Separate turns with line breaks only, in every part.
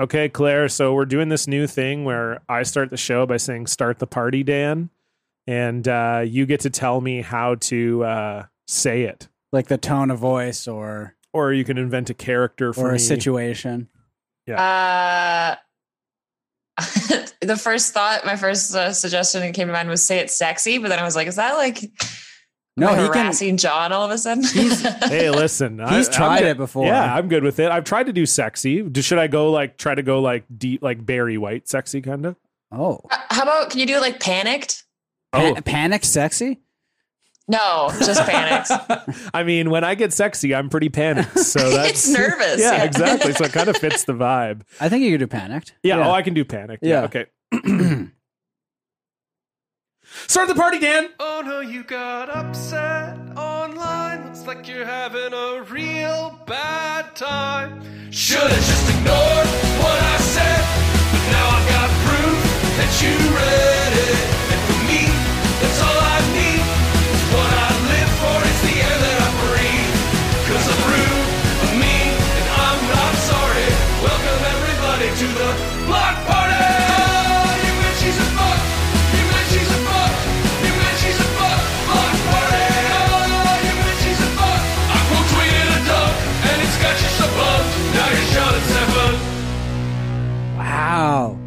Okay, Claire. So we're doing this new thing where I start the show by saying "Start the party, Dan," and uh, you get to tell me how to uh, say it,
like the tone of voice or
or you can invent a character for
or
me.
a situation.
Uh, the first thought, my first uh, suggestion that came to mind was say it's sexy, but then I was like, is that like
No,
am I
he can-
harassing John all of a sudden?
He's-
Hey, listen,
He's
I,
tried
I'm,
it before.
Yeah, I'm good with it. I've tried to do sexy. Do- Should I go like try to go like deep, like Barry White sexy kind of?
Oh,
How about can you do like panicked?
Pa-
Oh.
panic, sexy.
No, just panicked.
I mean, when I get sexy, I'm pretty panicked. So that's
it's nervous.
Yeah, exactly. So it kind of fits the vibe.
I think you could do panicked.
Yeah, Oh, I can do panic.
Yeah.
Yeah. Okay. Start the party, Dan.
Oh no, you got upset online. Looks like you're having a real bad time. Should've just ignored what I said, but now I've got proof that you read it. And for me, that's all I need. It's what I live for, it's the air that I breathe. Cause I'm rude, I'm mean, and I'm not sorry. Welcome everybody to the block party! You bet she's a fuck! You bet she's a fuck! You bet she's a fuck! Block party! Oh, you bet she's a fuck! I quote tweeted a duck, and it's got you so bugged. Now you're shot at seven.
Wow.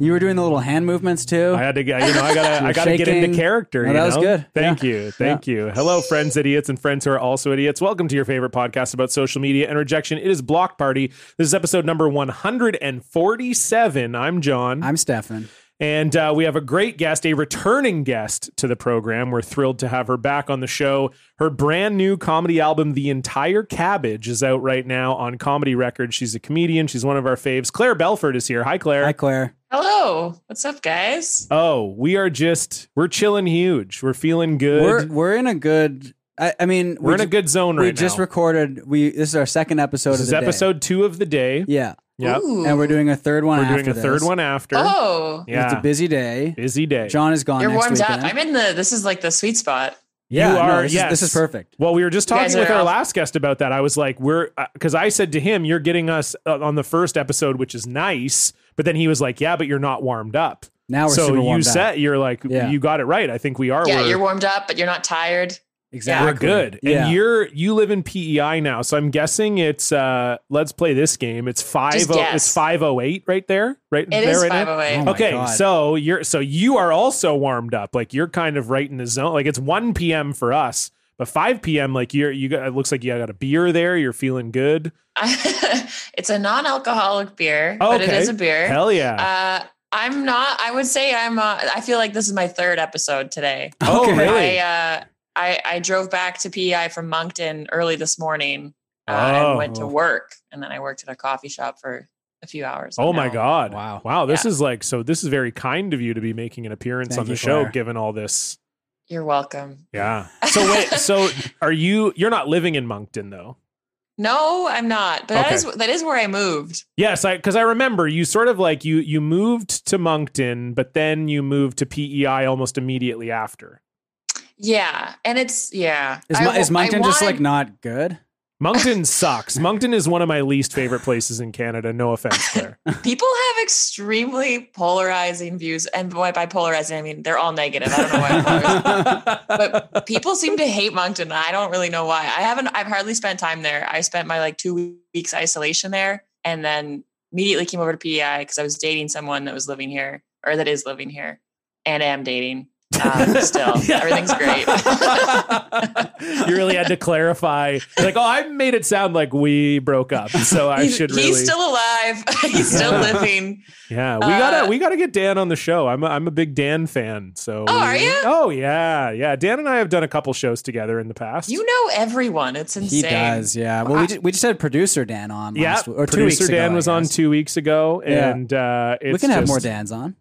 You were doing the little hand movements too.
I had to get, you know, I gotta, I
You're
gotta get
shaking.
into character.
No,
you
that was
know?
good.
Thank
Yeah.
you, thank you. Hello, friends, idiots, and friends who are also idiots. Welcome to your favorite podcast about social media and rejection. It is Block Party. This is episode number one hundred and forty-seven. I'm John,
I'm Stefan.
and uh, we have a great guest, a returning guest to the program. We're thrilled to have her back on the show. Her brand new comedy album, The Entire Cabbage, is out right now on Comedy Records. She's a comedian. She's one of our faves. Claire Belford is here. Hi, Claire.
Hi, Claire.
Hello. What's up, guys?
Oh, we are just we're chilling huge. We're feeling good.
We're
We're,
we're in a good. I, I mean, we
in a
ju-
good zone
We
right
just
now.
recorded. We this is our second episode
this
of
is
the day.
episode two of the day.
Yeah,
Yep.
Ooh.
and we're doing a third one.
We're
after
doing a
this.
third one after.
Oh,
Yeah,
It's a busy day.
busy day.
John is gone.
you're
next
warmed
weekend.
up. I'm in the. This is like the sweet spot.
Yeah,
you
no,
are.
this,
yes,
is, this is perfect.
Well, we were just
You guys
talking with
are
our
off.
last guest about that. I was like, we're because I said to him, "You're getting us uh, on the first episode, which is nice." But then he was like, "Yeah, but you're not warmed up."
Now we're
so
super
you
warmed up.
said you're like
Yeah.
you got it right. I think we are.
yeah,
We're-
you're warmed up, but you're not tired.
exactly.
We're good.
Yeah.
And you're you live in PEI now, so I'm guessing it's uh let's play this game. It's five
Just
oh
guess.
it's five oh eight right there. Right
It
there
is
right now?
five oh eight.
Oh my
okay,
God.
so you're so you are also warmed up. Like you're kind of right in the zone. Like it's one PM for us, but five PM, like you're you got it looks like you got a beer there, you're feeling good.
it's a non-alcoholic beer,
Oh,
but it is a beer.
Hell yeah.
Uh, I'm not. I would say I'm. Uh, I feel like this is my third episode today.
oh
okay.
really?
I, uh, I I drove back to PEI from Moncton early this morning uh,
Oh.
and went to work, and then I worked at a coffee shop for a few hours.
Oh
But
my
now-
god.
Wow.
Wow, this is like so this is very kind of you to be making an appearance
Thank
on the
you,
show
Claire.
given all this.
You're welcome.
Yeah. So wait, so are you you're not living in Moncton though?
No, I'm not. But that
Okay.
is that is where I moved.
Yes, I because I remember you sort of like you you moved to Moncton, but then you moved to PEI almost immediately after.
Yeah, and it's yeah.
Is,
I
Mo-
wa-
is Moncton
I
just
wanted-
like not good?
Moncton sucks. Moncton is one of my least favorite places in Canada. No offense, Claire.
People have extremely polarizing views, and by, by polarizing, I mean they're all negative. I don't know why. I'm polarizing. but people seem to hate Moncton. and I don't really know why. I haven't. I've hardly spent time there. I spent my like two weeks isolation there, and then immediately came over to PEI because I was dating someone that was living here or that is living here, and am dating um, still. Everything's great.
you really had to clarify. Like, oh, I made it sound like we broke up, so I
he's,
should
he's
really.
still alive. he's still living.
yeah, we
uh,
gotta we gotta get Dan on the show. I'm a, I'm a big Dan fan. So
Oh, are
we-
you?
Oh yeah, yeah. Dan and I have done a couple shows together in the past.
You know everyone. It's
He
insane.
does, yeah. Well, we
I-
just, we just had producer Dan on
Yeah,
last w- or two
producer
weeks ago.
Dan
I
was on
guess.
two weeks ago,
Yeah.
and uh, it's
We can have
just-
more Dan's on.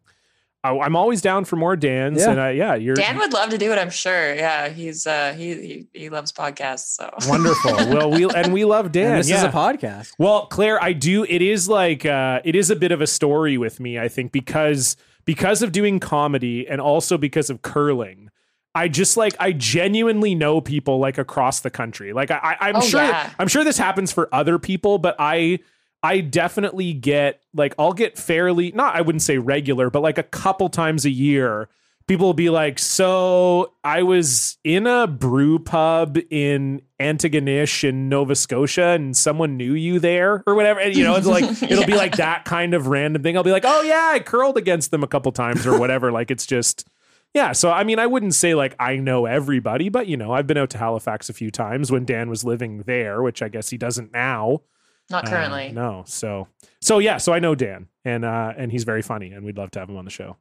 I, I'm always down for more Dan's,
Yeah.
and I, yeah, you're
Dan would love to do it. I'm sure. Yeah, he's uh, he, he he loves podcasts. So
wonderful. well, we and we love Dan.
and this
yeah.
is a podcast.
Well, Claire, I do. It is like uh, it is a bit of a story with me. I think because because of doing comedy and also because of curling. I just like I genuinely know people like across the country. Like I, I I'm
Oh,
sure
yeah.
I'm sure this happens for other people, but I I definitely get like I'll get fairly not I wouldn't say regular, but like a couple times a year, people will be like, "So I was in a brew pub in Antigonish in Nova Scotia, and someone knew you there or whatever." And, you know, it's like it'll be
Yeah.
like that kind of random thing. I'll be like, "Oh yeah, I curled against them a couple times or whatever." like it's just. Yeah, so I mean, I wouldn't say like I know everybody, but you know, I've been out to Halifax a few times when Dan was living there, which I guess he doesn't now.
Not
Uh,
currently.
no. So so yeah, so I know Dan and uh and he's very funny and we'd love to have him on the show.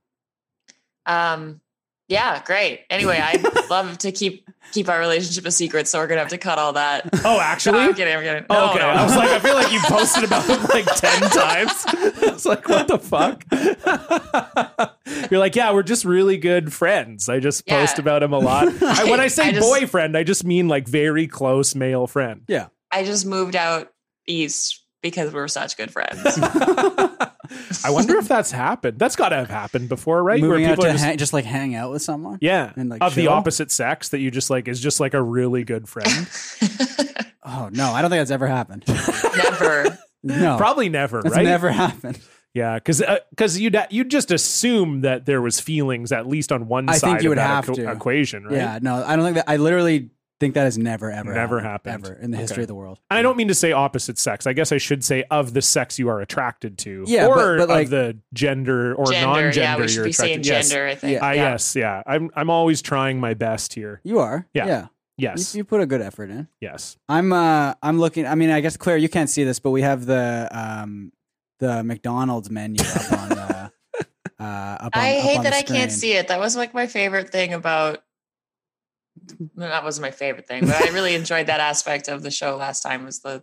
Um, yeah, great. Anyway, I'd love to keep keep our relationship a secret, so we're gonna have to cut all that.
Oh,
No,
actually? Oh,
I'm kidding. I'm kidding. No,
okay.
no.
I was like, I feel like you posted about him like 10 times. It's like, what the fuck? You're like, yeah, we're just really good friends. I just
Yeah.
post about him a lot. I, when I say
I just-
boyfriend, I just mean like very close male friend.
I just moved out east because we were such good friends.
I wonder if that's happened. That's got to have happened before, right?
Moving out to
just,
hang, just like hang out with someone.
yeah,
and, like,
of the
chill?
opposite sex that you just like is just like a really good friend.
Oh no, I don't think that's ever happened.
Never.
No,
Probably never,
Oh. that's
right?
never happened.
Yeah, because because you'd uh, you'd just assume that there was feelings at least on one
I
side
think you
of
would
that
have
equ-
to.
equation, right?
Yeah, no, I don't think that. I literally think that has never ever
Never happened.
ever in the
Okay.
history of the world.
And I don't mean to say opposite sex. I guess I should say of the sex you are attracted to,
Yeah,
or
but- but, like-
of the gender or
gender.
non-gender
Yeah, we
you're
should be saying
attracted. Yes.
gender, I think.
Yeah.
I yes, yeah. I'm I'm always trying my best here.
You are.
Yeah.
yeah.
Yes,
You, you put a good effort in.
yes.
I'm uh I'm looking I mean I guess Claire you can't see this but we have the um the McDonald's menu up on uh, uh up on,
I
up
hate
on
that
the
I
screen.
can't see it. That was like my favorite thing about. No, that wasn't my favorite thing, but I really enjoyed that aspect of the show last time. Was the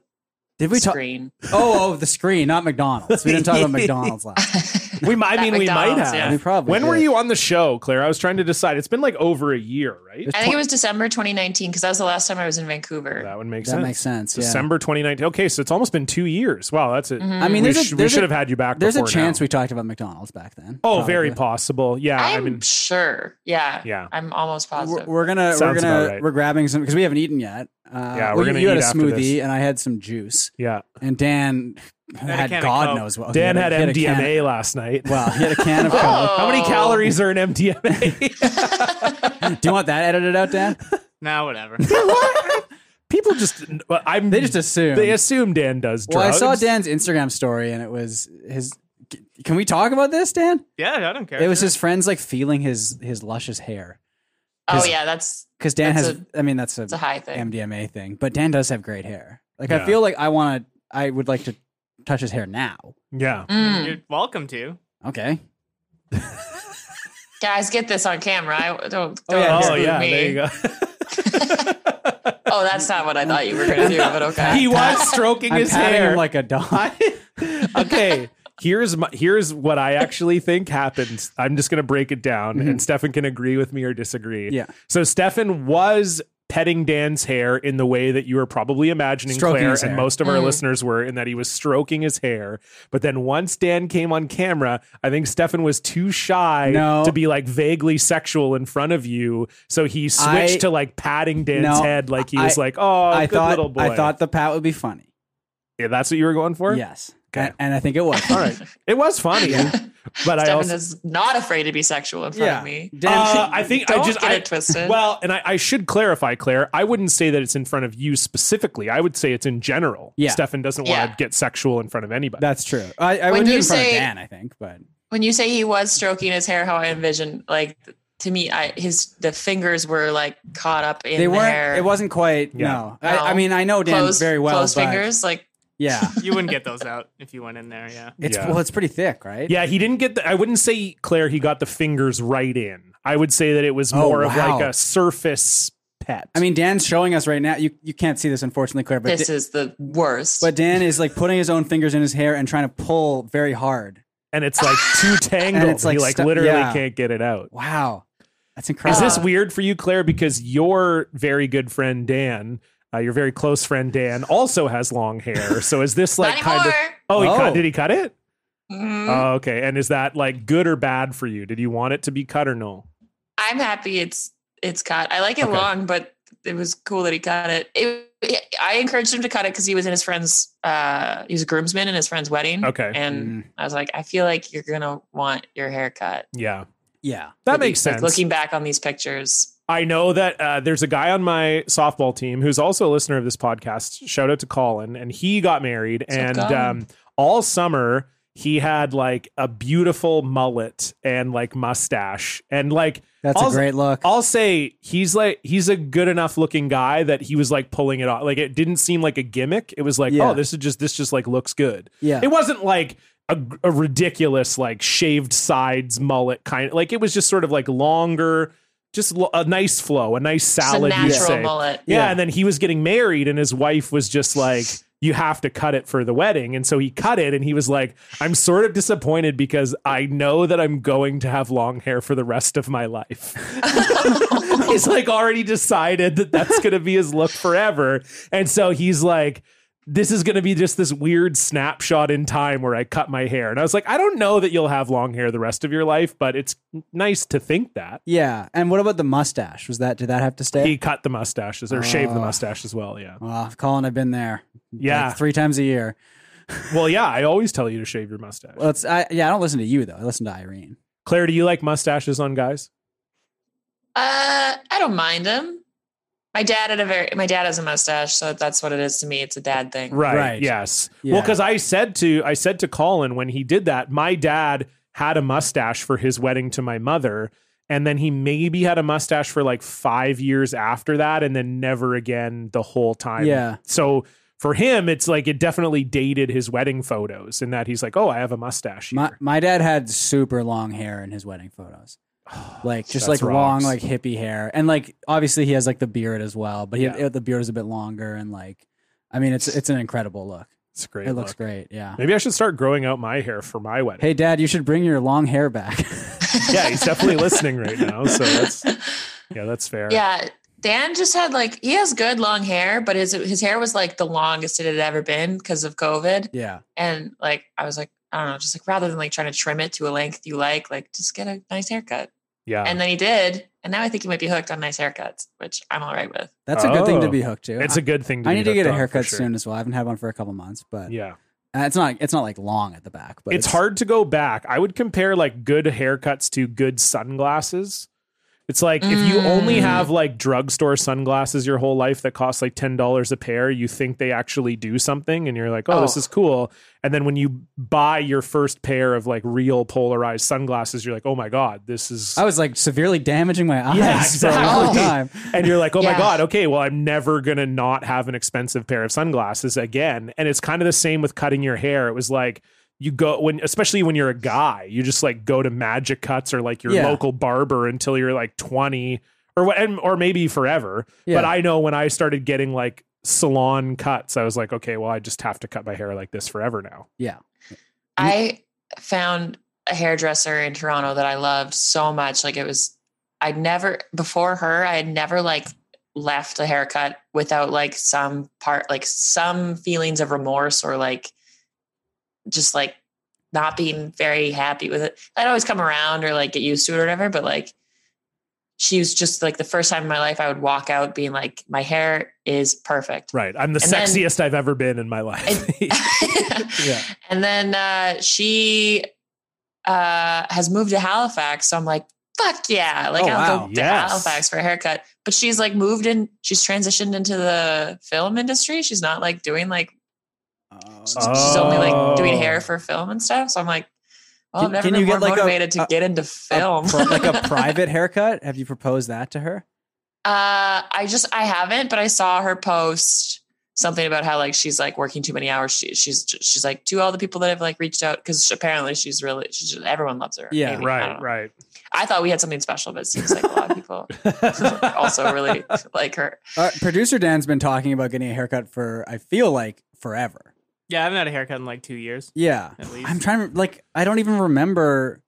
Did we talk
screen?
Oh oh the screen not McDonald's. We didn't talk about McDonald's last.
We mi- I
At
mean we might
McDonald's,
have.
time. We
yeah.
probably
When were
did.
you on the show, Claire? I was trying to decide. It's been like over a year, right?
It's
I think
tw-
it was December 2019 because that was the last time I was in Vancouver.
That would make
That
sense.
makes sense. yeah.
December 2019. Okay, so it's almost been two years. Wow, that's it.
Mhm.
I mean
we,
there's
sh-
a,
we
there's
should
a,
have had you back.
there's a
before
chance
now.
we talked about McDonald's back then.
Oh, very
Probably.
possible. Yeah,
I'm
I mean,
sure. Yeah.
yeah.
I'm almost
We're,
positive.
we're gonna
Sounds
we're gonna
about right.
we're grabbing some because we haven't eaten yet. Uh, yeah,
we're gonna
You had
eat
a
after
smoothie
this.
and I had some juice,
Yeah,
and Dan
a
had
can of
God
Coke.
knows what.
Dan
Oh, he
had,
he a can-
MDMA last night.
Well, he had a can of Coke.
Oh.
How many calories are in MDMA?
Do you want that edited out, Dan?
Now, whatever.
People just, well, I'm.
They just assume.
they assume Dan does
well,
drugs.
I saw Dan's Instagram story, and it was his. Can we talk about this, Dan?
yeah, I don't care.
It was his friends like feeling his his luscious hair
oh,
His-
yeah. That's,
because Dan
That's
has. I mean, that's a,
that's a high thing.
MDMA thing, but Dan does have great hair. Like
Yeah.
I feel like I want to. I would like to touch his hair now.
Yeah,
Mm.
You're welcome to.
Okay.
Guys, get this on camera. I don't. don't
yeah.
Oh
exclude
yeah,
me.
there you go.
Oh, that's not what I thought you were gonna do, but okay.
he was stroking
I'm
his
patting
hair.
him like a dog.
okay, here's my, here's what I actually think happened. I'm just gonna break it down, and Stefan can agree with me or disagree.
Mm-hmm. Yeah.
So Stefan was petting Dan's hair in the way that you were probably imagining,
Stroking
Claire,
his
and
hair.
most of our
Mm.
listeners were, in that he was stroking his hair. But then once Dan came on camera, I think Stefan was too shy
No.
to be like vaguely sexual in front of you, so he switched
I-
to like patting Dan's
No,
head, like he was
I-
like, "Oh,
I
good little
thought
boy."
I thought the pat would be funny.
yeah, that's what you were going for.
Yes.
Okay.
And, and I think it was.
All right, it was funny, but I
Stefan
also
is not afraid to be sexual in front
Yeah.
of me.
Dan,
Uh, I think I
Don't
just
get
I-
it twisted.
Well, and I, I should clarify, Claire. I wouldn't say that it's in front of you specifically. I would say it's in general.
Yeah.
Stefan doesn't
Yeah.
want to get sexual in front of anybody.
that's true. I, I
When
would do it
you
in front
say-
of Dan, I think, but
when you say he was stroking his hair, how I envisioned, like to me, I his the fingers were like caught up in
they
the
weren't.
hair.
It wasn't quite.
Yeah.
No, I, I
No.
mean I know Dan
closed,
very well.
Closed
but
fingers, like
Yeah,
You wouldn't get those out if you went in there. Yeah.
it's
Yeah.
well, it's pretty thick, right?
yeah, he didn't get the I wouldn't say Claire he got the fingers right in. I would say that it was
Oh,
more of
wow.
like a surface pet.
I mean, Dan's showing us right now. You you can't see this, unfortunately, Claire. But
this
Da-
is the worst.
but Dan is like putting his own fingers in his hair and trying to pull very hard.
and it's like too tangled.
And it's
he
like
like
stu-
literally
yeah.
can't get it out.
Wow, that's
Is
incredible.
this weird for you, Claire? Because your very good friend Dan, uh, your very close friend Dan, also has long hair. So is this like
not
kind of?
anymore.
Oh, he cut,
Oh.
did he cut it?
Mm,
Oh, okay. And is that like good or bad for you? Did you want it to be cut or no?
I'm happy it's it's cut. I like it
Okay.
long, but it was cool that he cut it. it, it I encouraged him to cut it because he was in his friend's. Uh, he was a groomsman in his friend's wedding.
Okay.
And I was like, I feel like you're gonna want your haircut.
Yeah.
Yeah.
That makes
Like,
sense.
Looking back on these pictures,
I know that uh, there's a guy on my softball team who's also a listener of this podcast. Shout out to Colin, and he got married,
What's up,
and
Colin?
um, all summer he had like a beautiful mullet and like mustache, and like
That's
Also-
a great look.
I'll say he's like he's a good enough looking guy that he was like pulling it off. Like it didn't seem like a gimmick. It was like,
Yeah.
oh, this is just this just like looks good.
yeah.
It wasn't like a, a ridiculous like shaved sides mullet kind. Like it was just sort of like longer, just lo- a nice flow, a nice
just a
salad. you'd
natural
say.
mullet.
Yeah,
Yeah.
and then he was getting married, and his wife was just like, "You have to cut it for the wedding," and so he cut it, and he was like, "I'm sort of disappointed because I know that I'm going to have long hair for the rest of my life." he's like already decided that that's going to be his look forever, and so he's like. This is going to be just this weird snapshot in time where I cut my hair. And I was like, I don't know that you'll have long hair the rest of your life, but it's nice to think that.
yeah. And what about the mustache? Was that did that have to stay?
He cut the mustaches or shaved the
Oh.
mustache as well. Yeah.
Well, Colin, I've been there.
Yeah.
Like three times a year.
Well, yeah, I always tell you to shave your mustache.
Well, it's I yeah, I don't listen to you though. I listen to Irene.
Claire, do you like mustaches on guys?
Uh, I don't mind him. My dad had a very. My dad has a mustache, so that's what it is to me. It's a dad thing.
Right.
Right.
Yes.
Yeah.
Well, because I said to I said to Colin when he did that, my dad had a mustache for his wedding to my mother, and then he maybe had a mustache for like five years after that, and then never again the whole time.
Yeah.
So for him, it's like it definitely dated his wedding photos in that he's like, oh, I have a mustache. Here.
My my dad had super long hair in his wedding photos. Like just
That's
like
rocks.
long like hippie hair. And like obviously he has like the beard as well, but he,
Yeah.
the beard is a bit longer and like I mean it's it's an incredible look.
It's a great.
it looks
look.
great. Yeah.
Maybe I should start growing out my hair for my wedding.
Hey dad, you should bring your long hair back.
yeah, he's definitely listening right now. So that's yeah, that's fair.
Yeah, Dan just had like he has good long hair, but his his hair was like the longest it had ever been because of COVID.
yeah.
And like I was like, I don't know, just like rather than like trying to trim it to a length you like, like just get a nice haircut.
Yeah.
And then he did, and now I think he might be hooked on nice haircuts, which I'm all right with.
That's a good thing to
Oh.
be hooked to.
it's a good thing to
I
be
need to get
hooked
a
on, for
haircut
sure.
soon as well. I haven't had one for a couple months, but
Yeah.
uh, it's not it's not like long at the back, but
it's, hard to go back. I would compare like good haircuts to good sunglasses. It's like if you only
Mm.
have like drugstore sunglasses your whole life that cost like $10 a pair, you think they actually do something and you're like, oh, this
Oh.
is cool. And then when you buy your first pair of like real polarized sunglasses, you're like, oh my God, this is.
I was like severely damaging my eyes
Yeah,
for a long
exactly.
time.
and you're like, oh my
Yeah.
God, okay, well, I'm never going to not have an expensive pair of sunglasses again. And it's kind of the same with cutting your hair. It was like, you go when, especially when you're a guy, you just like go to magic cuts or like your
Yeah.
local barber until you're like 20 or what, and, or maybe forever. But
Yeah.
I know when I started getting like salon cuts, I was like, okay, well, I just have to cut my hair like this forever now.
I found a hairdresser in Toronto that I loved so much. Like it was, I'd never before her, I had never like left a haircut without like some part, like some feelings of remorse or like just like not being very happy with it. I'd always come around or like get used to it or whatever, but like she was just like the first time in my life I would walk out being like, my hair is perfect.
Right. I'm the
And then-
sexiest I've ever been in my life.
Yeah.
And then uh, she uh, has moved to Halifax. So I'm like, fuck yeah. Like,
Oh,
I'll
wow.
go
Yes.
to Halifax for a haircut. But she's like moved in, she's transitioned into the film industry. She's not like doing like, she's only
Oh.
like doing hair for film and stuff. So I'm like, well,
Can-
I've never
can
been
you
more
get, like, a-
motivated to
a-
get into film.
A pro- like a private haircut. Have you proposed that to her?
Uh, I just I haven't, but I saw her post something about how like she's like working too many hours. She, she's she's like to all the people that have like reached out because apparently she's really she's just, everyone loves her.
Yeah,
maybe. I
right.
don't know.
Right.
I thought we had something special, but it seems like a lot of people also really like her.
Uh, Producer Dan's been talking about getting a haircut for I feel like forever.
Yeah, I haven't had a haircut in like two years.
Yeah,
At least.
I'm trying to like I don't even remember.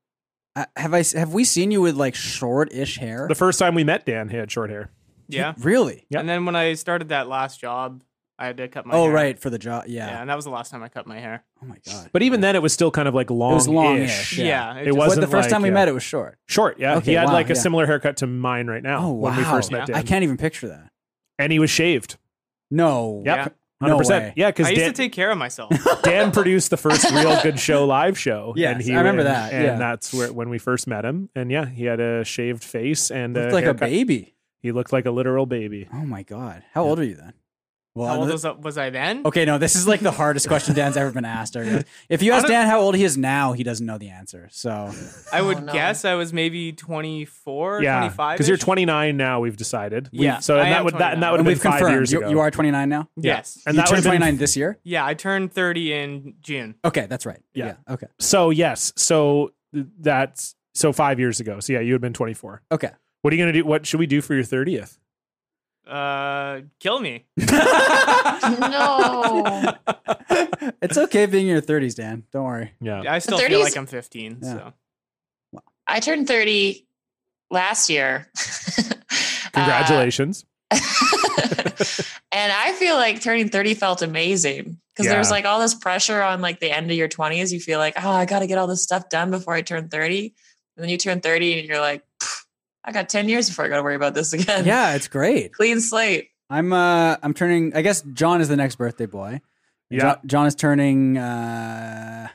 I- Have I have we seen you with like short-ish hair?
The first time we met Dan, he had short hair.
Yeah.
really?
Yep.
And then when I started that last job, I had to cut my
oh
hair.
right, for the job. Yeah.
Yeah, and that was the last time I cut my hair.
Oh my god.
But even then, it was still kind of like long.
long-ish. Yeah.
Yeah.
It
just-
was-
But
wasn't
the first
like, uh,
time we
yeah.
met, it was short.
Short, yeah. he
Okay,
had
wow,
like a
yeah.
similar haircut to mine right now
Oh wow.
when we first met
Yeah.
Dan.
I can't even picture that.
and he was shaved.
No.
Yep.
Yeah.
100%.
No way.
Yeah, because
I used
Dan,
to take care of myself.
Dan produced the first real good show live show.
Yes, I remember
and-
that,
And
yeah.
that's where when we first met him. And yeah, he had a shaved face and
Looked like a
haircut.
baby.
He looked like a literal baby.
Oh my god. How old are you then? Well,
How
I know
old
th-
was, was I then?
okay, no, this is like the hardest question Dan's ever been asked. I guess. If you ask
don't-
Dan how old he is now, he doesn't know the answer. So
I would
Oh, no.
guess I was maybe 24,
yeah,
25.
because you're 29 now. We've decided. We've-
Yeah,
so and
I
that
am
would that and that would
29.
have
and
been
we've
five
confirmed
years
you,
ago.
you are 29 now.
Yes.
and
you
that would
turned
have been
29 this year.
Yeah, I turned 30 in June.
Okay, that's right.
Yeah.
Okay.
So yes, so th- that's so five years ago. So yeah, you had been 24.
Okay.
What are you gonna do? What should we do for your 30th?
Uh, kill me.
no.
it's okay being in your 30s, Dan. Don't worry.
Yeah,
I still
30s
feel like I'm 15.
Yeah.
So
I turned 30 last year.
Uh,
congratulations.
Uh, and I feel like turning 30 felt amazing because
Yeah.
there was like all this pressure on like the end of your 20s. You feel like, oh, I got to get all this stuff done before I turn 30. And then you turn 30 and you're like, "Pff, I got 10 years before I got to worry about this again.
Yeah, it's great.
Clean slate.
I'm uh I'm turning I guess John is the next birthday boy.
Yeah.
John, John is turning uh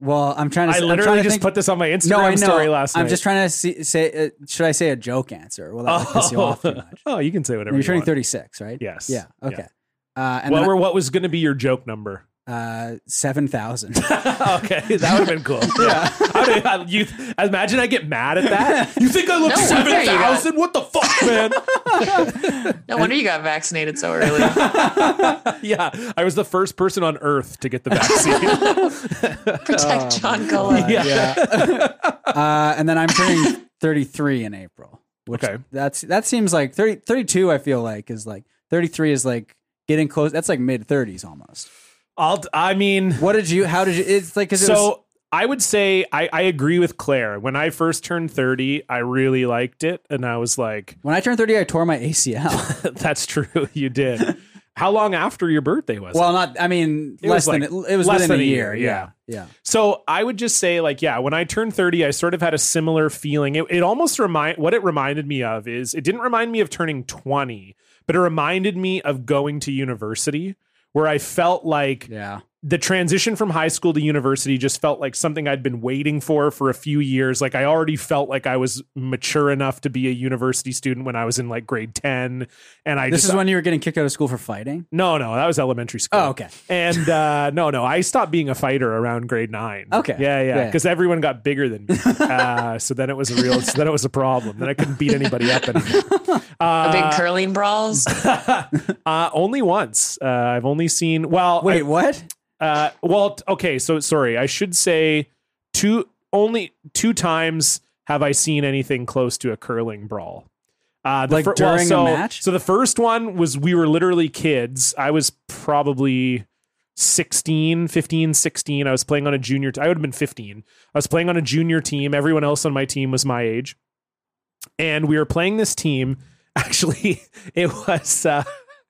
Well, I'm trying to
I
s- I'm
literally
trying to
just
think-
put this on my Instagram
no, I know.
story last
I'm
night.
just trying to see, say, uh, should I say a joke answer? Well, that would piss you off too much.
oh, you can say whatever.
You're
you
turning
want.
36, right?
Yes.
Yeah. Okay. Uh, and
what
then,
were what was going to be your joke number?
uh, 7,000.
okay, that would have been cool. Yeah, I mean, I- you imagine I get mad at that. You think I look
No wonder
seven
you got-
thousand? What the fuck, man?
No wonder you got vaccinated so early.
yeah, I was the first person on Earth to get the vaccine.
Protect John Cullen.
yeah. uh, and then I'm turning 33 in April. Which
Okay.
That's, that seems like 30, 32, I feel like, is like 33 is like getting close. That's like mid 30s almost.
I'll. I mean,
What did you, how did you, it's like, 'cause it
so
was-
I would say I, I agree with Claire. When I first turned thirty, I really liked it, and I was like,
when I turned 30, I tore my ACL.
"That's true, you did." How long after your birthday was? it?
well, not, I mean,
It
less
was
than,
like-
it was
less
within
than
a
a
year.
year, yeah.
Yeah.
So I would just say, like, yeah, when I turned 30, I sort of had a similar feeling. It, it almost remind what it reminded me of is it didn't remind me of turning 20, but it reminded me of going to university where I felt like
Yeah.
the transition from high school to university just felt like something I'd been waiting for for a few years. Like I already felt like I was mature enough to be a university student when I was in like grade 10. And I
this
just,
is when you were getting kicked out of school for fighting.
no, no, that was elementary school.
Oh, okay.
And uh, no, no, I stopped being a fighter around grade nine.
Okay.
Yeah, yeah,
Yeah.
because everyone got bigger than me. Uh, so then it was a real. So then it was a problem. Then I couldn't beat anybody up anymore.
A big curling brawls.
Uh, only once. Uh, I've only seen. Well,
Wait, what?
I- uh, well, t- okay. So sorry. I should say two. Only two times have I seen anything close to a curling brawl. Uh, the
Like during a
so,
match?
So the first one was we were literally kids. I was probably 16, 15, 16. I was playing on a junior. T- I would have been 15. I was playing on a junior team. Everyone else on my team was my age. And we were playing this team. Actually, it was uh,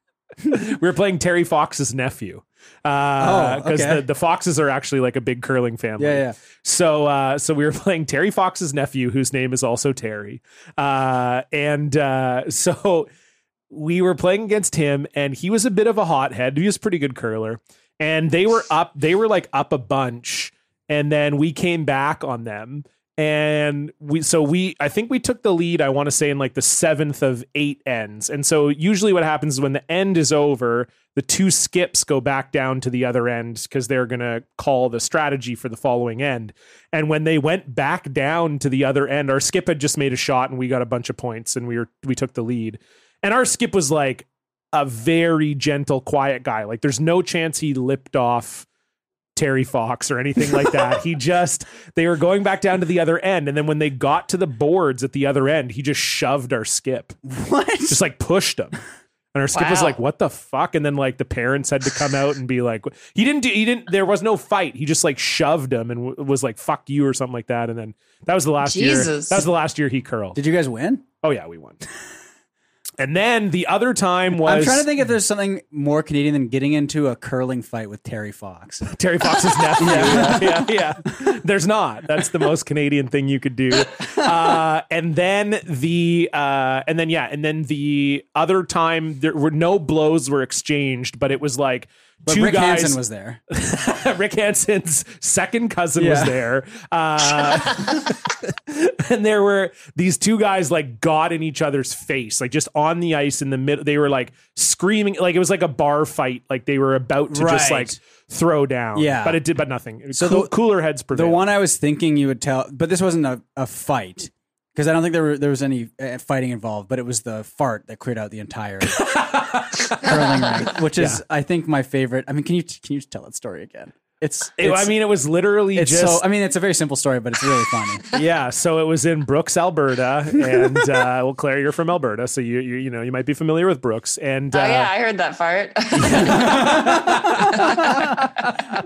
we were playing Terry Fox's nephew. Uh,
Oh,
because
okay.
the, the Foxes are actually like a big curling family.
Yeah, yeah.
So uh, so we were playing Terry Fox's nephew, whose name is also Terry. Uh, and uh, so we were playing against him, and he was a bit of a hothead. He was a pretty good curler, and they were up. They were like up a bunch, and then we came back on them. And we, so we, I think we took the lead, I want to say in like the seventh of eight ends. And so usually what happens is when the end is over, the two skips go back down to the other end because they're going to call the strategy for the following end. And when they went back down to the other end, our skip had just made a shot and we got a bunch of points and we were, we took the lead. And our skip was like a very gentle, quiet guy. Like there's no chance he lipped off Terry Fox or anything like that. he just they were going back down to the other end, and then when they got to the boards at the other end, he just shoved our skip,
What?
just like pushed him. And our skip was
Wow.
like, "What the fuck?" And then like the parents had to come out and be like, "He didn't do. He didn't. There was no fight. He just like shoved him and w- was like, fuck you' or something like that." And then that was the last year.
Jesus.
That was the last year he curled.
Did you guys win?
Oh yeah, we won. And then the other time was
I'm trying to think if there's something more Canadian than getting into a curling fight with Terry Fox.
Terry Fox's nephew. yeah. yeah, yeah. There's not. That's the most Canadian thing you could do. Uh, and then the uh, and then yeah, and then the other time there were no blows were exchanged, but it was like
But
two
Rick
guys.
Hansen was there.
Rick Hansen's second cousin was
Yeah.
there. Uh, and there were these two guys like got in each other's face, like just on the ice in the middle. They were like screaming, like it was like a bar fight. Like they were about to just
Right.
like throw down.
Yeah.
But it did, but nothing. So
So
cool,
the-
cooler heads prevailed.
The one I was thinking you would tell, but this wasn't a, a fight because I don't think there were, there was any uh, fighting involved. But it was the fart that cleared out the entire curling rink, which is I think my favorite. I mean, can you can you tell that story again? It's,
It-
it's
I mean, it was literally
it's
just.
so. I mean, it's a very simple story, but it's really funny.
yeah, so it was in Brooks, Alberta, and uh, well, Claire, you're from Alberta, so you you, you know you might be familiar with Brooks, and uh,
oh yeah, I heard that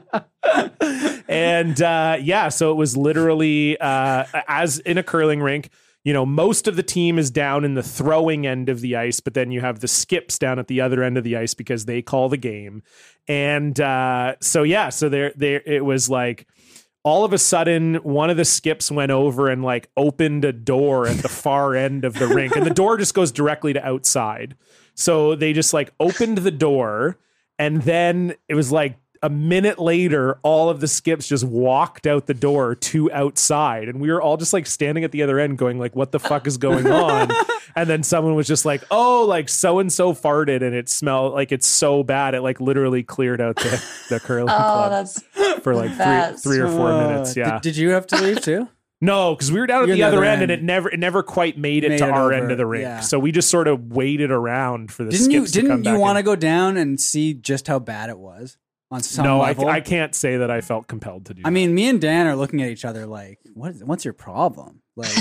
fart. Oh,
and uh, yeah, so it was literally uh, as in a curling rink. You know, most of the team is down in the throwing end of the ice, but then you have the skips down at the other end of the ice because they call the game. And uh, so yeah, so there, there it was like. All of a sudden, one of the skips went over and like opened a door at the far end of the rink, and the door just goes directly to outside. So they just like opened the door, and then it was like a minute later, all of the skips just walked out the door to outside. And we were all just like standing at the other end going like, what the fuck is going on? and then someone was just like, oh, like so and so farted and it smelled like it's so bad. It like literally cleared out the, the curling
oh,
club
that's
for like
that's-
three, three or four
Uh,
minutes.
did-
Yeah.
Did, you have to leave too?
No, because we were down at
You're
the other end, and it never it never quite made it
Made
to
it
our
over,
end of the rink.
yeah.
So we just sort of waited around for the
didn't you
skips to come
didn't you
back
want to
in.
go down and see just how bad it was on some
No, I,
level?
I can't say that I felt compelled to do.
I mean, me and Dan are looking at each other like, "What? Is, what's your problem?" Like,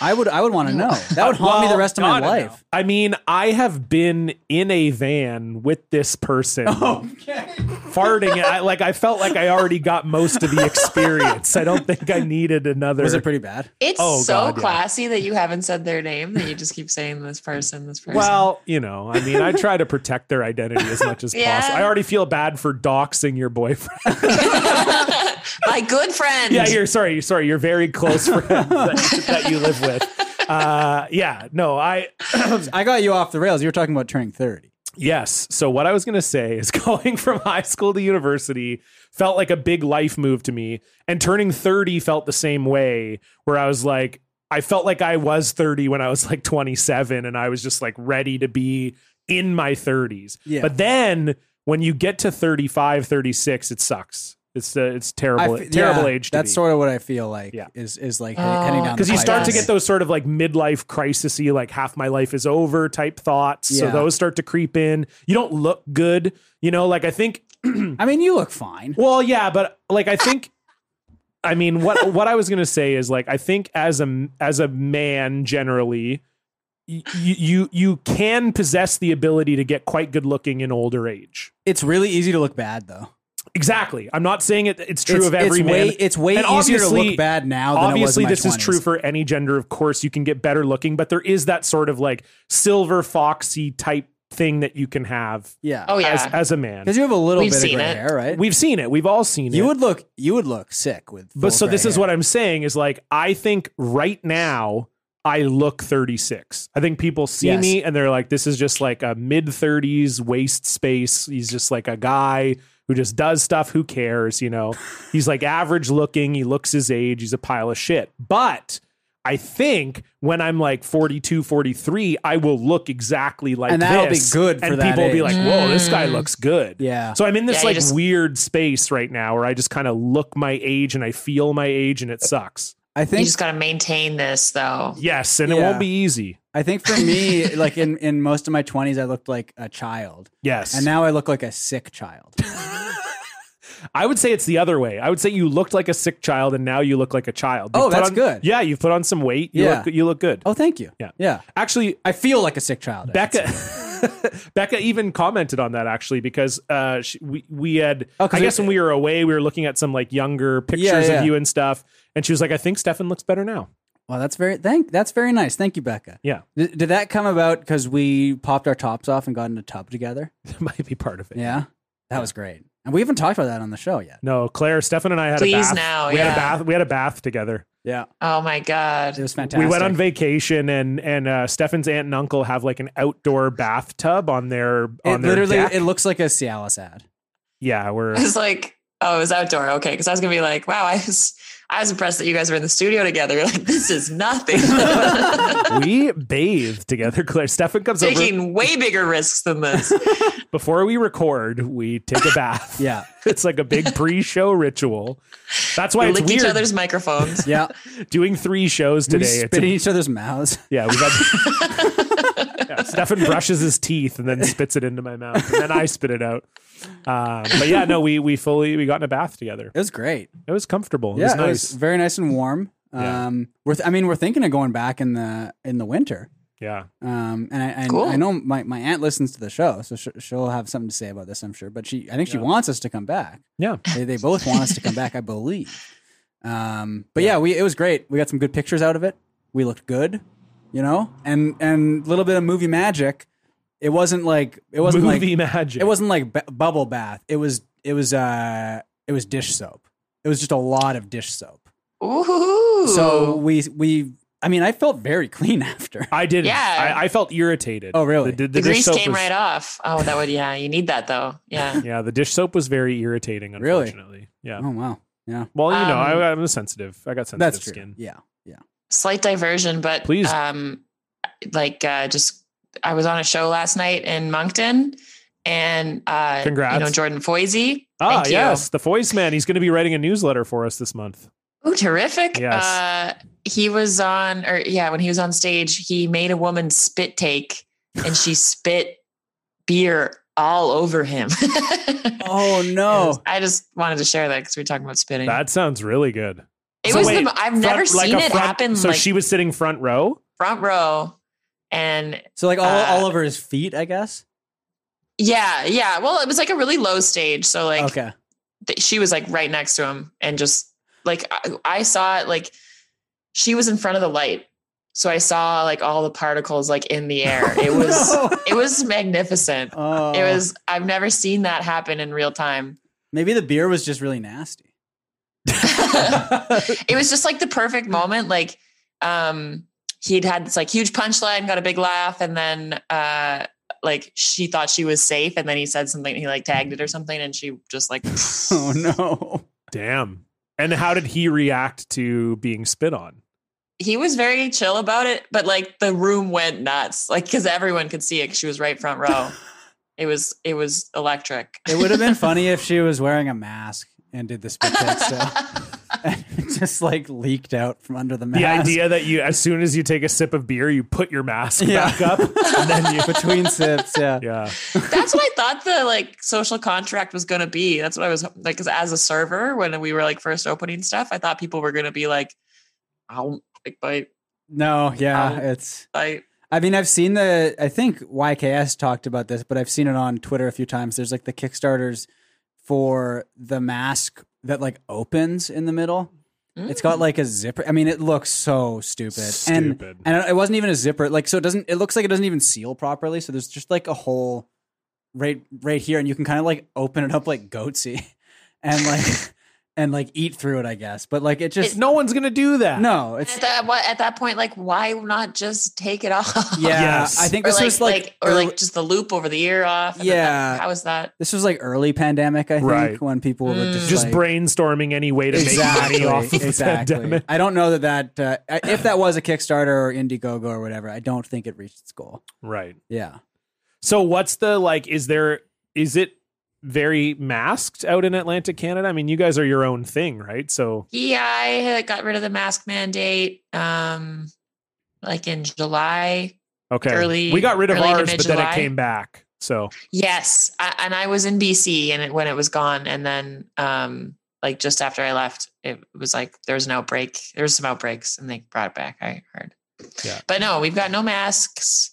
I would, I would want to know. That would haunt me the
Well,
rest of my
gotta
life.
I mean, I have been in a van with this person
Oh.
farting. and I, like I felt like I already got most of the experience. I don't think I needed another.
Was it pretty bad?
it's
Oh,
so
God, yeah.
classy that you haven't said their name that you just keep saying this person, this person.
well, you know, I mean, I try to protect their identity as much as
Yeah.
possible. I already feel bad for doxing your boyfriend.
my good friend.
yeah, you're sorry, sorry, your very close friend that, that you live with. Uh, yeah, no, I
I got you off the rails. You were talking about turning thirty.
Yes. So what I was going to say is going from high school to university felt like a big life move to me and turning 30 felt the same way where I was like I felt like I was 30 when I was like 27 and I was just like ready to be in my 30s.
Yeah.
But then when you get to 35, 36 it sucks. It's uh, it's terrible
I fe-
terrible
yeah,
age to
That's
be.
sort of what I feel like.
Yeah.
is is like he-
Oh.
heading down the
because you
pipe.
start to
Yes.
get those sort of like midlife crisisy, like half my life is over type thoughts. So
Yeah.
those start to creep in. You don't look good, you know. Like I think,
I mean, you look fine.
well, yeah, but like I think, I mean, what what I was gonna say is like I think as a as a man generally, y- you you you can possess the ability to get quite good looking in older age.
It's really easy to look bad though.
Exactly. I'm not saying it, it's true
it's,
of every
it's
man.
Way, it's way
And
easier to
obviously-
look bad now. Than
obviously
it was
this
in my
is true
20s.
for any gender of course you can get better looking but there is that sort of like silver foxy type thing that you can have
yeah.
Oh yeah.
as, as a man
because you have a little
We've
bit of
seen
gray
it.
hair, right?
we've seen it we've all seen
you
it
would look you would look sick with.
but
full
so
gray
this is
hair.
what i'm saying is like i think right now i look 36 i think people see
Yes.
me and they're like this is just like a mid 30s waist space he's just like a guy who just does stuff who cares you know he's like average looking he looks his age he's a pile of shit but I think when I'm like 42, 43, I will look exactly like
And that'll be
this.
good for
and
that
people will be
age.
like, "Whoa, this guy looks good."
Yeah.
So I'm in this
Yeah, you
like
just-
weird space right now where I just kind of look my age and I feel my age and it sucks.
I
you
think
just gotta maintain this though.
Yes, and it
Yeah.
won't be easy.
I think for me, like in, in most of my twenties, I looked like a child,
Yes.
and now I look like a sick child.
I would say it's the other way. I would say you looked like a sick child and now you look like a child.
Oh,
You've put
that's
on-
good.
Yeah, you've put on some weight. You
Yeah.
look you look good.
Oh, thank you.
Yeah.
yeah.
Actually,
I feel like a sick child. I should
Becca
say.
Becca even commented on that actually because uh she, we we had
Oh, 'cause
I guess
it-
when we were away we were looking at some like younger pictures
yeah.
of you and stuff and she was like I think Stefan looks better now.
Well, that's very thank. That's very nice. Thank you, Becca.
Yeah.
Th- did that come about because we popped our tops off and got in a tub together?
That might be part of it.
Yeah, that was great. And we haven't talked about that on the show yet.
No, Claire, Stefan, and I had
Please
a bath.
now,
we had a
yeah.
bath. We had a bath together.
Yeah,
Oh my god.
it was fantastic.
We went on vacation, and and uh, Stefan's aunt and uncle have like an outdoor bathtub on their on
It
their
literally,
deck.
it looks like a Cialis ad.
yeah, we're
I was like, oh, it was outdoor. Okay. Cause I was gonna be like, wow, I was I was impressed that you guys were in the studio together. Like, this is nothing.
we bathe together. Claire, Stefan comes over
Taking way bigger risks than this.
before we record. We take a bath.
Yeah,
it's like a big pre-show ritual. That's why it's
Lick each
weird
other's microphones.
yeah.
doing three shows
we
today. It's
spit
a
in each other's mouths.
Yeah, we've had. yeah, Stefan brushes his teeth and then spits it into my mouth, and then I spit it out. Um, but yeah, no, we we fully we got in a bath together.
It was great.
It was comfortable. It
yeah,
was
it
nice.
was very nice and warm.
Yeah.
Um, we're th- I mean, we're thinking of going back in the in the winter.
yeah,
Um, and I and
Cool.
I know my, my aunt listens to the show, so sh- she'll have something to say about this, I'm sure. But she, I think she
Yeah.
wants us to come back.
yeah,
They, they both want us to come back, I believe. Um, but yeah. we it was great. We got some good pictures out of it. We looked good, you know, and and a little bit of movie magic. It wasn't like it wasn't like
movie magic.
it wasn't like b- bubble bath. It was it was uh it was dish soap. It was just a lot of dish soap.
Ooh.
So we we I mean I felt very clean after.
I did.
Yeah.
I, I felt irritated.
Oh, really?
The, the- the
the
dish
grease
soap
came
was-
right off. Oh, that would yeah, you need that though. Yeah.
Yeah, the dish soap was very irritating.
Really?
Unfortunately, yeah.
Oh wow. Yeah.
Well, you know,
Um,
I, I'm sensitive. I got sensitive
That's true.
skin.
Yeah.
slight diversion, but
Please.
um, like uh, just I was on a show last night in Moncton, and uh,
Congrats.
you know Jordan Foisey.
Ah,
Thank you.
yes, the voice man. He's going to be writing a newsletter for us this month.
Oh, terrific.
Yes.
Uh, he was on, or yeah, when he was on stage, he made a woman spit take, and she spit beer all over him.
Oh
It was-
no.
I just wanted to share that because we were talking about spitting.
That sounds really good.
it
so
was
wait,
the, I've
Front-
never
like
seen
a
it
front-
happen
So
like
she was sitting front row.
front row, and
So like all,
uh,
all over his feet, I guess.
Yeah, yeah. Well, it was like a really low stage, so like
okay.
th- she was like right next to him, and just like I, I saw it, like she was in front of the light, so I saw like all the particles like in the air. It was it was magnificent.
Oh.
It was I've never seen that happen in real time.
maybe the beer was just really nasty. Oh,
it was just like the perfect moment. Like, um, he'd had this like huge punchline, got a big laugh, and then uh like she thought she was safe, and then he said something, he like tagged it or something, and she just like
Oh no.
Damn. And how did he react to being spit on?
he was very chill about it, but like the room went nuts, like because everyone could see it. 'cause She was right front row. it was it was electric.
It would have been funny if she was wearing a mask and did the spit take stuff. And it just like leaked out from under the mask.
The idea that you, as soon as you take a sip of beer, you put your mask
Yeah.
back up, and then you.
between sips, yeah.
Yeah,
That's what I thought the like social contract was gonna be. That's what I was like 'cause as a server when we were like first opening stuff, I thought people were gonna be like, "Ow, like by
No, yeah,
Um,
it's.
by."
I mean, I've seen the. I think YKS talked about this, but I've seen it on Twitter a few times. There's like the kickstarters for the mask that like opens in the middle. It's
Mm.
got like a zipper. I mean, it looks so stupid.
Stupid.
And and it wasn't even a zipper. Like so it doesn't it looks like it doesn't even seal properly. So there's just like a hole right right here and you can kind of like open it up like goatsy and like and like eat through it, I guess. But like it just
no one's gonna do that.
no,
at
it's
that what at that point, like why not just take it off?
yeah.
Yes.
I think
or
this
like,
was
like,
like,
or
early-
like just the loop over the ear off. and then
Yeah.
that- how is that?
this was like early pandemic, I think,
Right.
when people were
Mm.
just
just
like,
brainstorming any way to make money off of the
exactly.
pandemic.
I don't know that that uh, if that was a Kickstarter or Indiegogo or whatever, I don't think it reached its goal.
Right.
Yeah,
So, what's the like? Is there? Is it very masked out in Atlantic Canada? I mean, you guys are your own thing, right? So,
EI E had got rid of the mask mandate um like in July.
okay,
Early-
we got rid of
early to
ours, but then it
mid-July.
came back. So,
Yes, I, and I was in BC and it, when it was gone and then um like just after I left it was like there was an outbreak. There was some outbreaks and they brought it back, I heard.
Yeah.
But no, we've got no masks.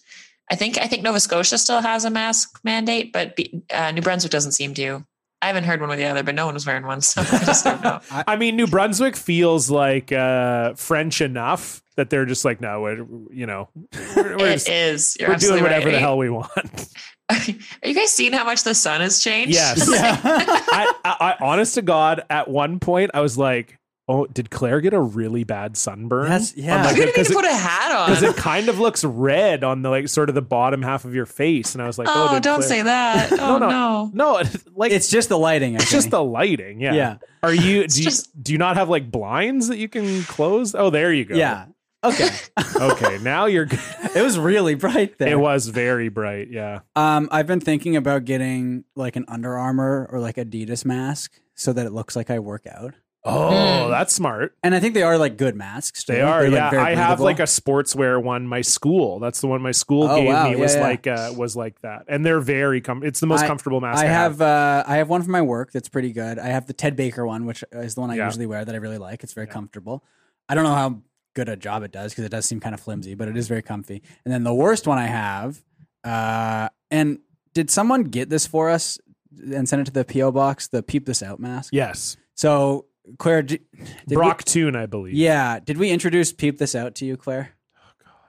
I think I think Nova Scotia still has a mask mandate, but B, uh, New Brunswick doesn't seem to. I haven't heard one or the other, but no one was wearing one, so I just don't know.
I mean, New Brunswick feels like uh, French enough that they're just like, no, we're, you know, we're, we're,
It
just-
is. You're
we're doing
absolutely
whatever
right.
the hell we want.
Are you guys seeing how much the sun has changed?
Yes. I, I, I, honest to God, at one point, I was like, oh, did Claire get a really bad sunburn? Oh
That's- yeah.
You
Because
didn't even
it-
put a hat
because
on.
it kind of looks red on the like sort of the bottom half of your face, and I was like, "Oh,
oh,
did
don't
Claire-
say that. Oh,
no.
no.
no!" It's, like it's
It's just the lighting. It's
just the lighting. Yeah.
Yeah.
Are you do you
just-
do you not have like blinds that you can close? Oh, there you go.
yeah. Okay.
Okay. Now you're. good.
it was really bright there.
It was very bright. Yeah.
Um, I've been thinking about getting like an Under Armour or like Adidas mask so that it looks like I work out.
Oh, that's smart.
And I think they are like good masks. too.
They are,
They're, like,
yeah.
Hmm. very
I have
breathable.
like a sportswear one. My school. That's the one my school
Oh,
gave
wow.
me. Was
Yeah, yeah.
like uh, was like that, and they're very com. It's the most
I-
comfortable mask.
I have uh, I have one from my work that's pretty good. I have the Ted Baker one, which is the one I
Yeah.
usually wear that I really like. It's very comfortable. I don't know how good a job it does because it does seem kind of flimsy, but it is very comfy. And then the worst one I have, uh, and did someone get this for us and send it to the PO box? The peep this out mask.
Yes,
So Claire, did, did
Brock Toon, I believe.
We, yeah, did we introduce peep this out to you, Claire?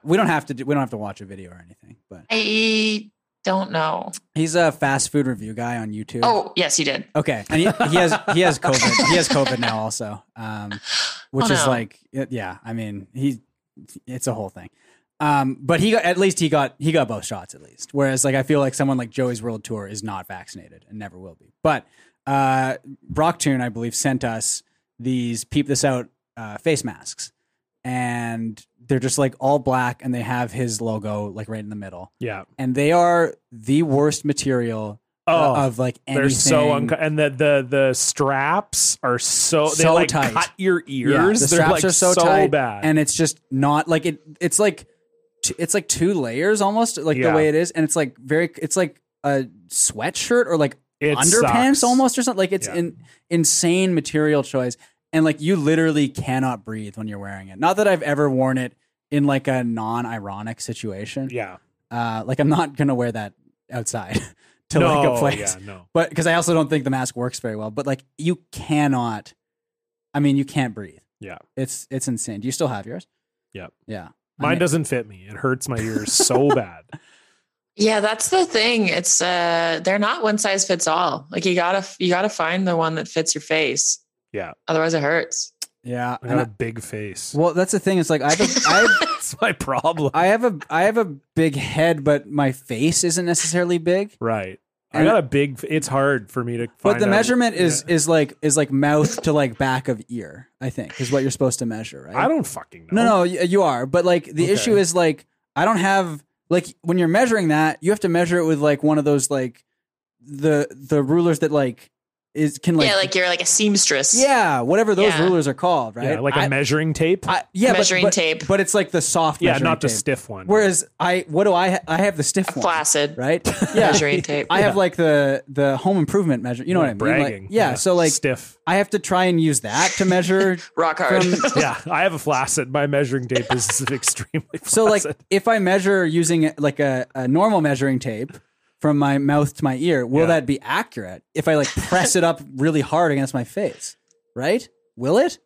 We don't have to. Do, we don't have to watch a video or anything. But
I don't know.
he's a fast food review guy on YouTube.
Oh, yes, you did.
Okay, and he, he has he has COVID. He has COVID now also, um, which
Oh,
is
no.
like yeah. I mean, he it's a whole thing. Um, but he got at least he got he got both shots at least. Whereas like I feel like someone like Joey's World Tour is not vaccinated and never will be. But uh, Brock Toon I believe sent us these peep this out uh, face masks, and they're just like all black and they have his logo like right in the middle,
Yeah.
and they are the worst material.
Oh,
of like Uh, anything.
They're so unco- and the the the straps are so they
So
like
tight.
cut your ears.
Yeah, the
They're
straps
like
are so, tight,
bad.
and it's just not like it. It's like t- it's like two layers almost, like
Yeah.
the way it is, and it's like very. It's like a sweatshirt or like
It
underpants
sucks.
almost or something. Like it's
Yeah.
in, insane material choice, and like you literally cannot breathe when you're wearing it. Not that I've ever worn it in like a non-ironic situation.
yeah.
Uh, like I'm not gonna wear that outside to like a place
Yeah, no.
but because I also don't think the mask works very well. But like you cannot, I mean, you can't breathe.
Yeah.
it's it's insane. Do you still have yours?
Yep.
Yeah,
Mine
I mean,
doesn't fit me. It hurts my ears so bad.
Yeah, that's the thing. It's uh they're not one size fits all. Like you gotta you gotta find the one that fits your face.
Yeah.
Otherwise it hurts.
Yeah,
I
and
got
I-
a big face.
well, that's the thing. It's like I have a, I have,
That's my problem.
I have a I have a big head, but my face isn't necessarily big.
right. I
And-
got a big. f- It's hard for me to.
But
find
the
out-
measurement is
Yeah.
is like is like mouth to like back of ear. I think is what you're supposed to measure, right?
I don't fucking know.
No, no, y- uh, you are. But like the
Okay.
issue is like I don't have like when you're measuring that, you have to measure it with like one of those like the the rulers that like is can like
yeah, like you're like a seamstress.
yeah, whatever those
Yeah.
rulers are called, right?
Yeah, like a
a
measuring tape.
yeah, but-
Measuring
but-
tape.
But it's like the soft
yeah,
measuring
not the
tape.
stiff one.
Whereas I what do I ha- I have the stiff
A
one.
flaccid
Right?
measuring tape.
I have like the the home improvement measure. You know what I mean? Like,
bragging.
yeah, so like
stiff.
I have to try and use that to measure
Rock hard.
from-
Yeah, I have a flaccid. My measuring tape is extremely. Flaccid.
So like if I measure using like a, a normal measuring tape from my mouth to my ear, will
Yeah.
that be accurate if I like press it up really hard against my face? Right? Will it?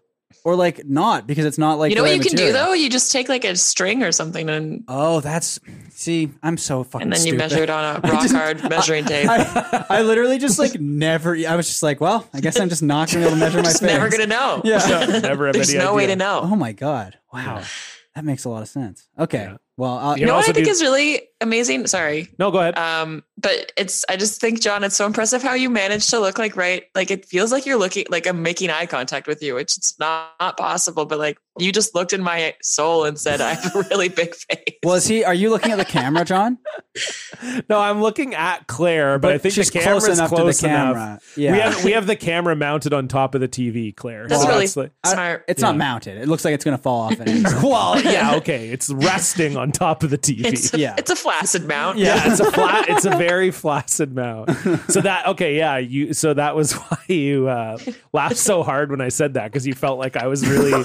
Or like not because it's not like
you know
the right
what you can do
material.
though? You just take like a string or something and
Oh, that's see, I'm so fucking
and then you
stupid.
measure it on a rock hard measuring tape.
I, I literally just like never I was just like, well, I guess I'm just not gonna be able to measure my
just
face.
never gonna know.
yeah.
never have
There's
any
no way
idea.
to know.
Oh my god. Wow. That makes a lot of sense. Okay.
Yeah.
Well, I'll,
You
You know what
also
I think
do-
is really amazing? Sorry.
No, go ahead.
Um, but it's I just think, John, it's so impressive how you manage to look like right. Like it feels like you're looking like I'm making eye contact with you, which it's not, not possible, but like you just looked in my soul and said, I have a really big face.
well, is he? Are you looking at the camera, John?
No, I'm looking at Claire, but, I think
she's
the camera's
close enough
close
to the
enough.
camera. Yeah.
We have we have the camera mounted on top of the TV, Claire.
That's
So
really
that's like-
I-
smart.
it's
Yeah.
not mounted. It looks like it's going to fall off. At any second.
well, yeah, okay. It's resting on top of the TV.
It's a,
yeah.
it's a flaccid mount.
yeah, it's a flat. It's a very flaccid mount. So that okay, yeah. You so that was why you uh, laughed so hard when I said that because you felt like I was really,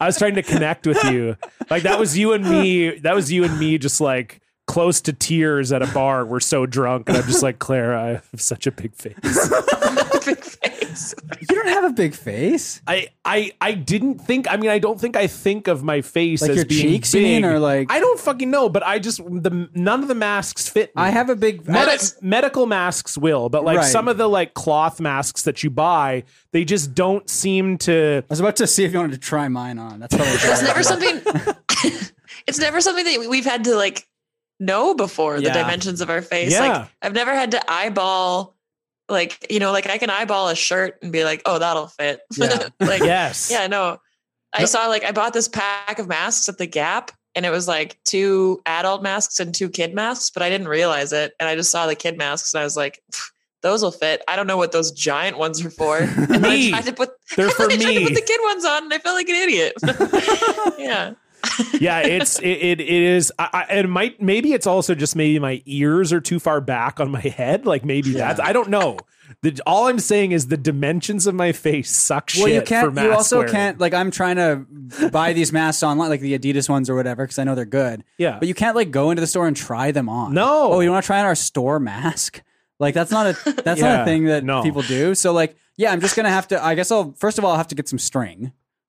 I was trying to connect with you. Like that was you and me. That was you and me, just like close to tears at a bar. We're so drunk, and I'm just like Claire. I have such a big face.
Big face.
You don't have a big face.
I, I I didn't think. I mean, I don't think I think of my face
Like
as
your
being
cheeks, you
big.
mean, or like-
I don't fucking know. But I just the none of the masks fit. Me.
I have a big.
Medi-
That's-
medical masks will, but like
Right.
some of the like cloth masks that you buy, they just don't seem to.
I was about to see if you wanted to try mine on. That's probably
It's never something. it's never something that we've had to like know before the
Yeah.
dimensions of our face.
Yeah.
Like I've never had to eyeball, like you know, like I can eyeball a shirt and be like, oh, that'll fit.
Yeah.
like
Yes.
yeah, no. I saw like I bought this pack of masks at the Gap, and it was like two adult masks and two kid masks, but I didn't realize it, and I just saw the kid masks, and I was like. "Pff, Those will fit. I don't know what those giant ones are for. And then I
Me.
tried to put,
They're for
I tried to
me.
put the kid ones on, and I felt like an idiot. yeah.
yeah, it's it it, it is. I, I, it might maybe it's also just maybe my ears are too far back on my head. Like maybe that's I don't know. The, all I'm saying is the dimensions of my face suck
Well,
shit
you
for
can't.
mask
You also
wearing.
can't. Like, I'm trying to buy these masks online, like the Adidas ones or whatever, because I know they're good.
Yeah.
But you can't like go into the store and try them on.
No.
Oh, you want to try on our store mask? Like, that's not a that's not
Yeah,
a thing that
no.
people do. So, like, yeah, I'm just gonna have to. I guess I'll first of all I'll have to get some string.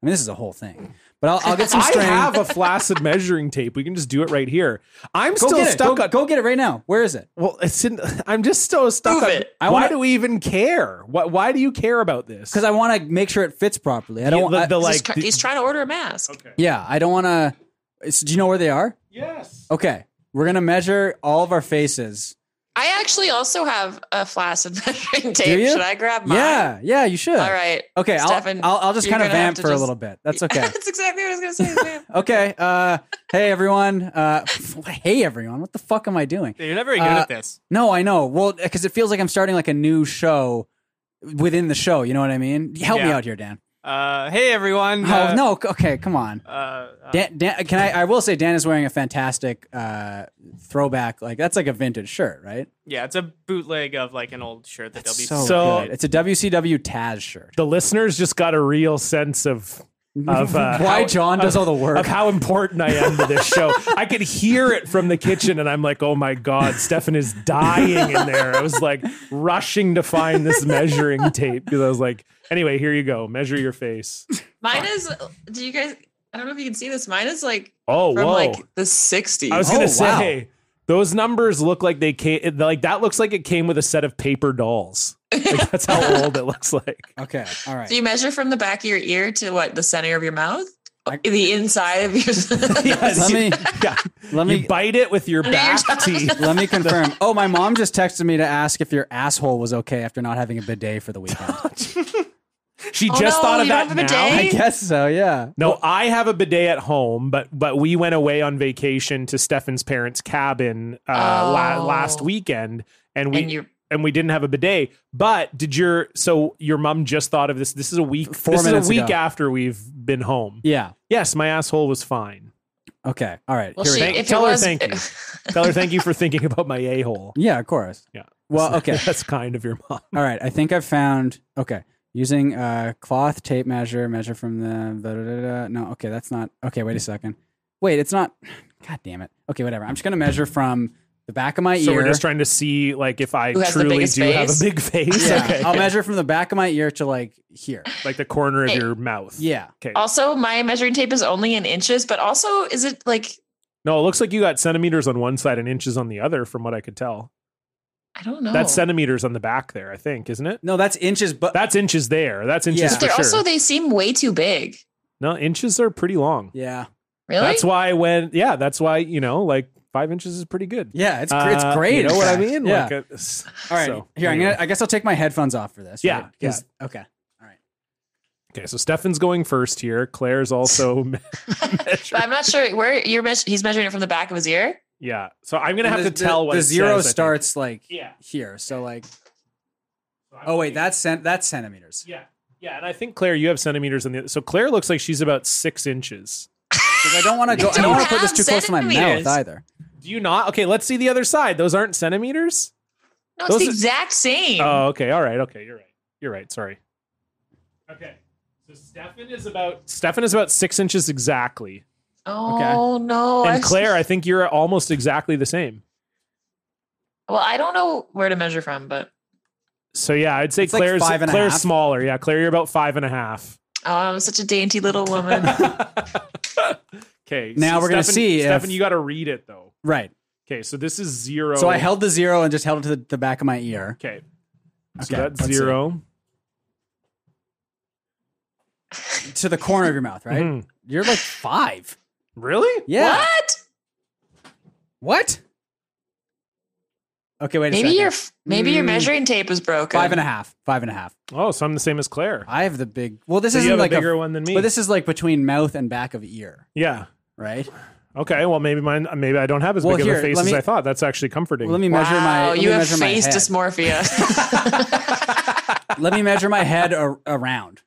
I mean, this is a whole thing, but I'll, I'll get some
I
string.
have a flaccid measuring tape. We can just do it right here. I'm
go
still
get
stuck
it. Go,
on.
go get it right now. Where is it?
Well, it's in, I'm just so stuck
Prove
on.
it.
I
why
wanna-
do we even care? Why, why do you care about this?
Because I want to make sure it fits properly. I don't.
the,
I-
the,
He's
like
try-
the-
he's trying to order a mask.
yeah, I don't want to. Do you know where they are?
Yes.
Okay, we're gonna measure all of our faces.
I actually also have a flaccid measuring
Do
tape.
you?
Should I grab mine?
Yeah, yeah, you should.
All right.
Oh,
Okay, I'll,
Stefan,
I'll I'll just
you're
kind of
gonna have
vamp
to
for a
just-
little bit. That's okay.
That's exactly what I was going to say. man.
okay. Uh, hey everyone. Uh, hey everyone. What the fuck am I doing?
You're not very good
Uh,
at this.
No, I know. Well, because it feels like I'm starting like a new show within the show. You know what I mean? Help me
Yeah.
out here, Dan.
Uh, hey everyone.
oh
uh,
no. c- Okay, come on.
Uh, uh,
Dan, Dan, can I? I will say Dan is wearing a fantastic uh, throwback. Like that's like a vintage shirt, right?
yeah, it's a bootleg of like an old shirt that
That's
WC.
so,
So-
good. It's a WCW Taz shirt.
the listeners just got a real sense of of uh,
Why
how-
John does all the work?
of how important I am to this show. I could hear it from the kitchen, and I'm like, oh my god, Stefan is dying in there. I was like rushing to find this measuring tape because I was like, anyway, here you go, measure your face.
Mine is. Do you guys? I don't know if you can see this. Mine is like
Oh,
from
whoa!
like the '60s.
I was
Oh,
gonna
wow.
say. Those numbers look like they came it- like that looks like it came with a set of paper dolls. Like that's how old it looks like.
Okay, all right.
Do you measure from the back of your ear to what the center of your mouth?
I-
the inside of your.
Let me
Yeah.
let
You
me
bite it with your
know you're
back teeth.
let me confirm. Oh, my mom just texted me to ask if your asshole was okay after not having a bidet for the weekend.
She
Oh,
just
no,
thought of
you
that
don't
now.
have a bidet?
I guess so. Yeah.
No, I have a bidet at home, but but we went away on vacation to Stefan's parents' cabin uh, la-
Oh.
last weekend, and we
and you.
and we didn't have a bidet. But did your so your mom just thought of this? This is a week.
Four
this is
minutes
a week
ago.
after we've been home.
Yeah.
Yes, my asshole was fine.
Okay. All right.
Well,
Here
she,
we go.
Thank-
if
tell
it
her
was,
thank you. Tell her thank you for thinking about my a hole.
Yeah, of course.
Yeah.
Well, okay.
That's kind of your mom.
All right. I think I've found. Okay. Using uh, cloth tape measure, measure from the. Da, da, da, da. No, okay, that's not. Okay, wait a second. Wait, it's not. God damn it. Okay, whatever. I'm just going to measure from the back of my
So
ear.
we're just trying to see like if I
Who has the
truly
biggest
do have a
face?
big face.
yeah,
Okay.
I'll measure from the back of my ear to like here.
Like the corner of
Hey.
your mouth.
Yeah.
Okay.
Also, my measuring tape is only in inches, but also, is it like
No, it looks like you got centimeters on one side and inches on the other, from what I could tell.
I don't know?
Oh.
That's centimeters on the back there, I think, isn't it?
No, that's inches, but
That's inches there. That's
Yeah.
inches
But they're
for sure.
also they seem way too big.
no, inches are pretty long.
yeah,
Really?
That's why when yeah, that's why you know like five inches is pretty good.
yeah, it's gr-
Uh,
it's great.
You know
in
what I
fact.
mean?
Yeah.
Like a- s-
All right,
so,
here I'm
anyway.
gonna. I guess I'll take my headphones off for this.
Yeah,
right? 'Cause- Okay.
Okay, so Stefan's going first here. Claire's also
But I'm not sure where you're. Meas- he's measuring it from the back of his ear.
yeah. So I'm gonna have
And the,
to tell
the,
what
the
it
zero
says, I think.
starts like
Yeah.
here. So like, oh wait, that's cent that's centimeters.
yeah, yeah. And I think Claire, you have centimeters on the so Claire looks like she's about six inches.
'Cause I don't want to go. I
don't
don't want to put
have
this too close to my mouth
centimeters.
either.
Do you not? Okay, let's see the other side. Those aren't centimeters.
No, it's
Those
the
are-
exact same.
Oh, okay. All right. Okay, you're right. You're right. Sorry. Okay. So Stefan is about Stefan is about six inches exactly,
oh no!
and
I'm-
Claire, I think you're almost exactly the same.
Well, I don't know where to measure from, but
So yeah, I'd say
like
Claire's
five and a
Claire's
half.
smaller. Yeah, Claire, you're about five and a half.
Oh, I'm such a dainty little woman.
Okay.
Now we're gonna
Stefan-
see if-
Stefan, you got to read it though.
Right.
Okay, so this is zero.
So I held the zero and just held it to the, the back of my ear.
Okay.
Okay,
So that's
let's see.
zero.
To the corner of your mouth, right?
Mhm.
You're like five.
Really?
Yeah.
What?
What? Okay, wait a
Maybe
second.
your f- maybe
Hmm.
your
Mm.
measuring tape was broken.
five and a half. Five and a half.
Oh, so I'm the same as Claire.
I have the big. Well, this
So you
isn't
have
like
a bigger one than me.
But this is like between mouth and back of ear,
yeah.
right?
Okay. Well, maybe mine. Maybe I don't have as
Well,
big
here,
of a face
let
as
me-
I thought. That's actually comforting.
Well, let me measure my.
wow,
let me
you have
measure my
face
head.
dysmorphia.
Let me measure my head ar- around.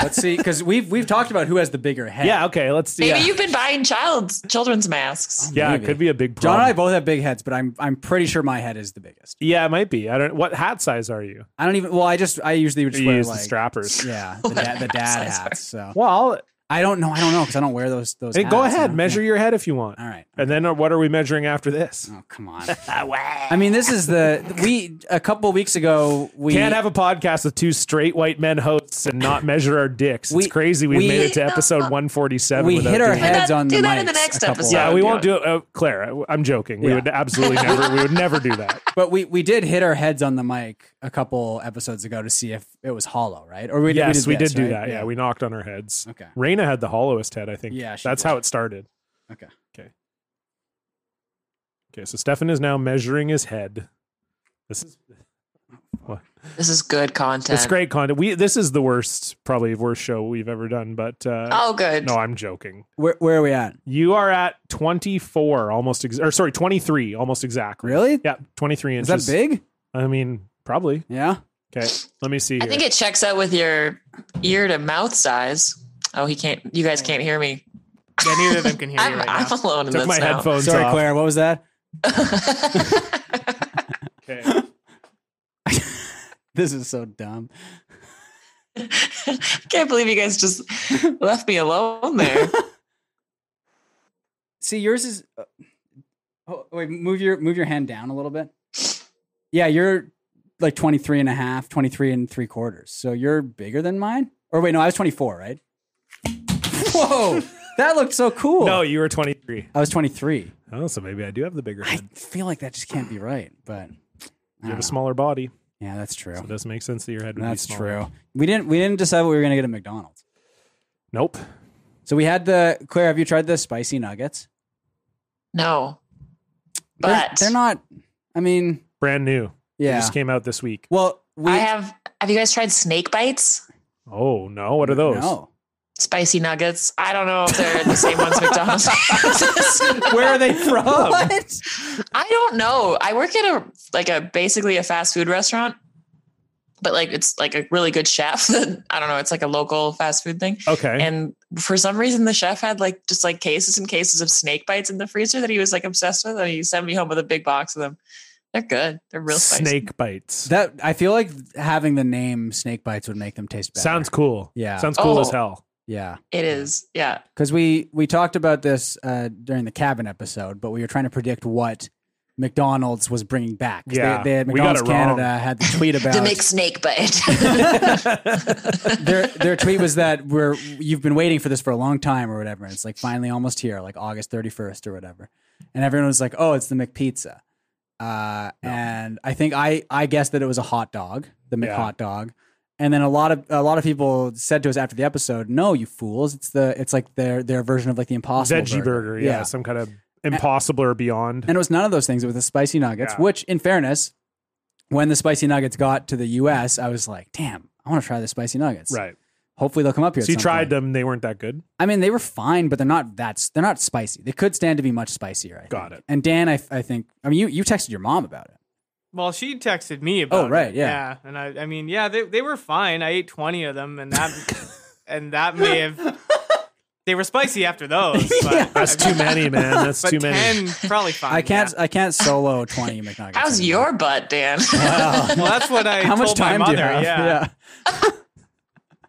Let's see, because we've we've talked about who has the bigger head.
yeah. Okay. Let's see.
maybe
yeah.
you've been buying child's children's masks.
yeah.
Maybe.
It could be a big
John
problem.
and I both have big heads, but I'm I'm pretty sure my head is the biggest.
yeah, it might be. I don't. What hat size are you?
I don't even. Well, I just I usually would just
You
wear
use
like
the strappers.
yeah the, da- the dad hats. So
Well,
I don't know. I don't know because I don't wear those those.
hey, go
hats, Oh,
ahead.
you know?
Measure your head if you want.
All right.
And then uh, what are we measuring after this?
Oh come on. I mean, this is the we a couple weeks ago we
Can't have a podcast with two straight white men hosts and not measure our dicks. It's
We-
crazy. We've
we-
made it to episode 147.
we
without
hit our
doing that.
heads on
Do
the
that in
mics
the next
a couple-
episode.
Yeah, we
do
won't
it.
do it. Uh, Claire, I- I'm joking. We
Yeah.
would absolutely never. We would never do that.
But we we did hit our heads on the mic a couple episodes ago to see if it was hollow, right? Or we did-
yes, we
we
did,
did, this,
do
right?
that. Yeah. we knocked on our heads.
Okay.
Raina had the hollowest head, I think.
Yeah, she
that's
did.
how it started.
Okay.
Okay. Okay. So Stefan is now measuring his head. This is
This is good content.
it's great content. We this is the worst, probably worst show we've ever done. But uh,
Oh, good.
no, I'm joking.
Where where are we at?
You are at 24, almost ex- or sorry, 23, almost exactly.
Really?
Yeah, 23
Is
inches.
that big?
I mean, probably.
Yeah.
Okay, let me see. Here.
I think it checks out with your ear to mouth size. Oh, he can't. You guys can't hear me.
Yeah, neither of them can hear
I'm,
you right
I'm
now.
alone in
took
this
my
now.
headphones
Sorry,
off.
Claire. What was that?
Okay.
This is so dumb.
can't believe you guys just left me alone there.
See, yours is. uh, Oh, wait, move your move your hand down a little bit. Yeah, you're like 23 and a half, 23 and three quarters. So you're bigger than mine. Or wait, no, I was 24, right? Whoa, that looked so cool.
No, you were 23.
I was 23.
Oh, so maybe I do have the bigger
I
head.
feel like that just can't be right, but
You have a smaller body.
yeah, that's true.
So it doesn't make sense that your head would
That's
be smaller.
true. We didn't we didn't decide what we were gonna get at McDonald's.
Nope.
So we had the Claire. Have you tried the spicy nuggets?
No,
They're-
but
they're, not. I mean,
Brand new. It
yeah.
just came out this week.
well, we
I have. Have you guys tried snake bites?
Oh, no. What are those?
No.
Spicy nuggets. I don't know if they're the same ones McDonald's. has.
Where are they from?
What?
I don't know. I work at a like a basically a fast food restaurant, but like it's like a really good chef. That I don't know. It's like a local fast food thing.
Okay.
And for some reason, the chef had like just like cases and cases of snake bites in the freezer that he was like obsessed with, and he sent me home with a big box of them. They're good. They're real spicy.
Snake bites.
That I feel like having the name Snake Bites would make them taste better.
Sounds cool.
Yeah.
Sounds cool
Oh.
as hell.
yeah,
It is. Yeah.
because we we talked about this uh, during the cabin episode, but we were trying to predict what McDonald's was bringing back. 'Cause
Yeah,
they, they had
we got
McDonald's
it wrong.
Canada had the tweet about
The mixed snake bite.
their their tweet was that we're you've been waiting for this for a long time or whatever. And it's like finally almost here, like August thirty first or whatever. And everyone was like, "Oh, it's the McPizza." Uh, And I think I I guessed that it was a hot dog, the
Yeah.
McHot dog. And then a lot of a lot of people said to us after the episode, "No, you fools! It's the it's like their their version of like the Impossible
Veggie burger. Yeah. Some kind of impossible or beyond.
and it was none of those things. It was the spicy nuggets,
Yeah.
which, in fairness, when the spicy nuggets got to the U.S., I was like, "Damn, I want to try the spicy nuggets."
right.
Hopefully, they'll come up here.
So you
at some
tried
point.
them. They weren't that good.
I mean, they were fine, but they're not that. They're not spicy. They could stand to be much spicier. I think.
Got it.
And Dan, I, I think. I mean, you you texted your mom about it.
Well, she texted me about.
Oh, right,
it.
yeah.
and I, I mean, yeah, they they were fine. I ate twenty of them, and that, and that may have. They were spicy after those. But,
That's too many, man. That's
but
too many.
ten probably fine.
I can't.
yeah.
I can't solo twenty McNuggets.
How's
anymore.
your butt, Dan?
Well, that's what I
How
told
much time
my
do you
mother.
have?
yeah.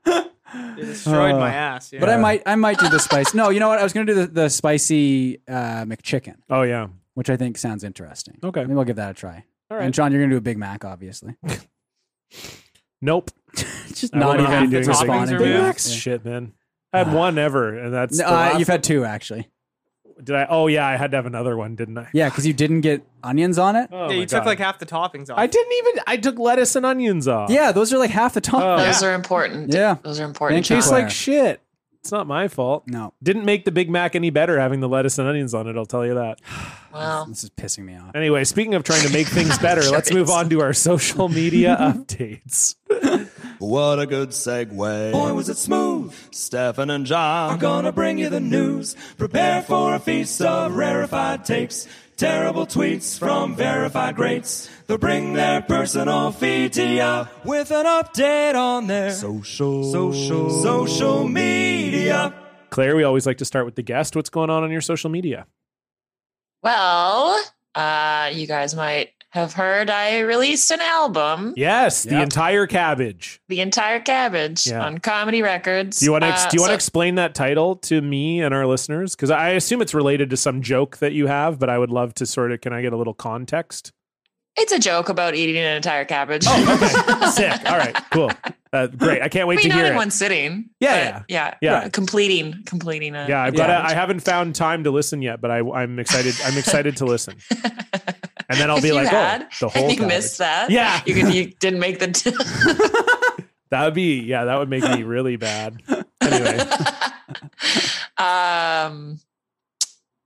it destroyed my ass. Yeah.
But I might. I might do the spice. No, you know what? I was going to do the, the spicy uh, McChicken,
Oh, yeah.
which I think sounds interesting.
Okay.
Maybe I'll give that a try.
All
And
right.
John, you're going to do a Big Mac, obviously.
nope.
Just
I
not
don't know how
even
you're doing
toppings
responding.
are
anything.
to
removed.
it.
Relax, shit, man. I had one ever, and that's
No,
the
uh,
last-
you've had two actually.
did I? Oh yeah, I had to have another one, didn't I?
Yeah, because you didn't get onions on it.
Oh,
yeah,
my
you took
God.
like half the toppings off.
I didn't even. I took lettuce and onions off.
Yeah, those are like half the top.
Oh.
Those are important.
Yeah.
Those are
and it
important.
Thank you.
tastes
John.
Claire.
like shit. It's not my fault.
No,
Didn't make the Big Mac any better having the lettuce and onions on it. I'll tell you that.
Wow.
this is pissing me off.
Anyway, speaking of trying to make things better, let's move on to our social media updates.
What a good segue. Boy, was it smooth. Stefan and John are gonna bring you the news. Prepare for a feast of rarefied takes. Terrible tweets from verified greats. They'll bring their personal feed to ya with an update on their social, social, social media.
Claire, we always like to start with the guest. What's going on on your social media?
Well, uh, you guys might have heard I released an album,
Yes, the
Yeah.
entire cabbage.
The Entire Cabbage,
Yeah.
on Comedy Records.
Do you want to
Uh,
do you want to
so-
explain that title to me and our listeners? Because I assume it's related to some joke that you have, but I would love to sort of. Can I get a little context?
It's a joke about eating an entire cabbage.
Oh, Okay, sick. All right, cool. Uh, great. I can't
I
wait
mean,
to
not
hear
in
it.
one sitting.
Yeah,
but yeah,
yeah. Yeah.
Completing, completing. A,
yeah,
a
I've got.
cabbage.
I haven't found time to listen yet, but I, I'm excited. I'm excited to listen. And then I'll
If
be
you
like,
had,
oh, the
and
whole.
you
cabbage.
missed that.
Yeah.
you, could, you didn't make the. T-
That would be yeah. That would make me really bad. Anyway,
um,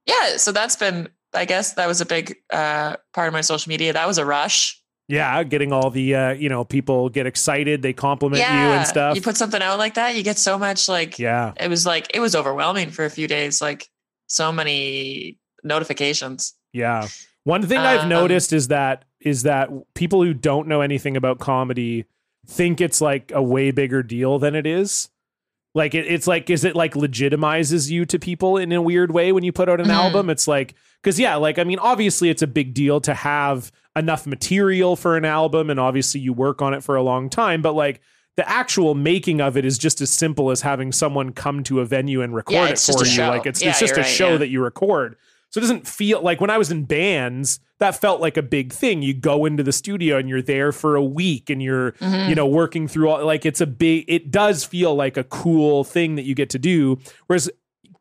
yeah, so that's been. I guess that was a big uh, part of my social media. That was a rush.
yeah, getting all the uh, you know people get excited, they compliment you and stuff.
You put something out like that, you get so much like
yeah,
it was like it was overwhelming for a few days, like so many notifications.
yeah. One thing I've
Um,
noticed is that is that people who don't know anything about comedy think it's like a way bigger deal than it is. Like it, it's like is it like legitimizes you to people in a weird way when you put out an
Mhm.
album? It's like because yeah, like I mean, obviously it's a big deal to have enough material for an album, and obviously you work on it for a long time, but like. The actual making of it is just as simple as having someone come to a venue and record
Yeah,
it
it's
for
just a
you.
show.
Like it's
Yeah,
it's just a
you're right,
show
yeah.
that you record. So it doesn't feel like when I was in bands, that felt like a big thing. You go into the studio and you're there for a week and you're,
Mm-hmm.
you know, working through all like it's a big it does feel like a cool thing that you get to do. Whereas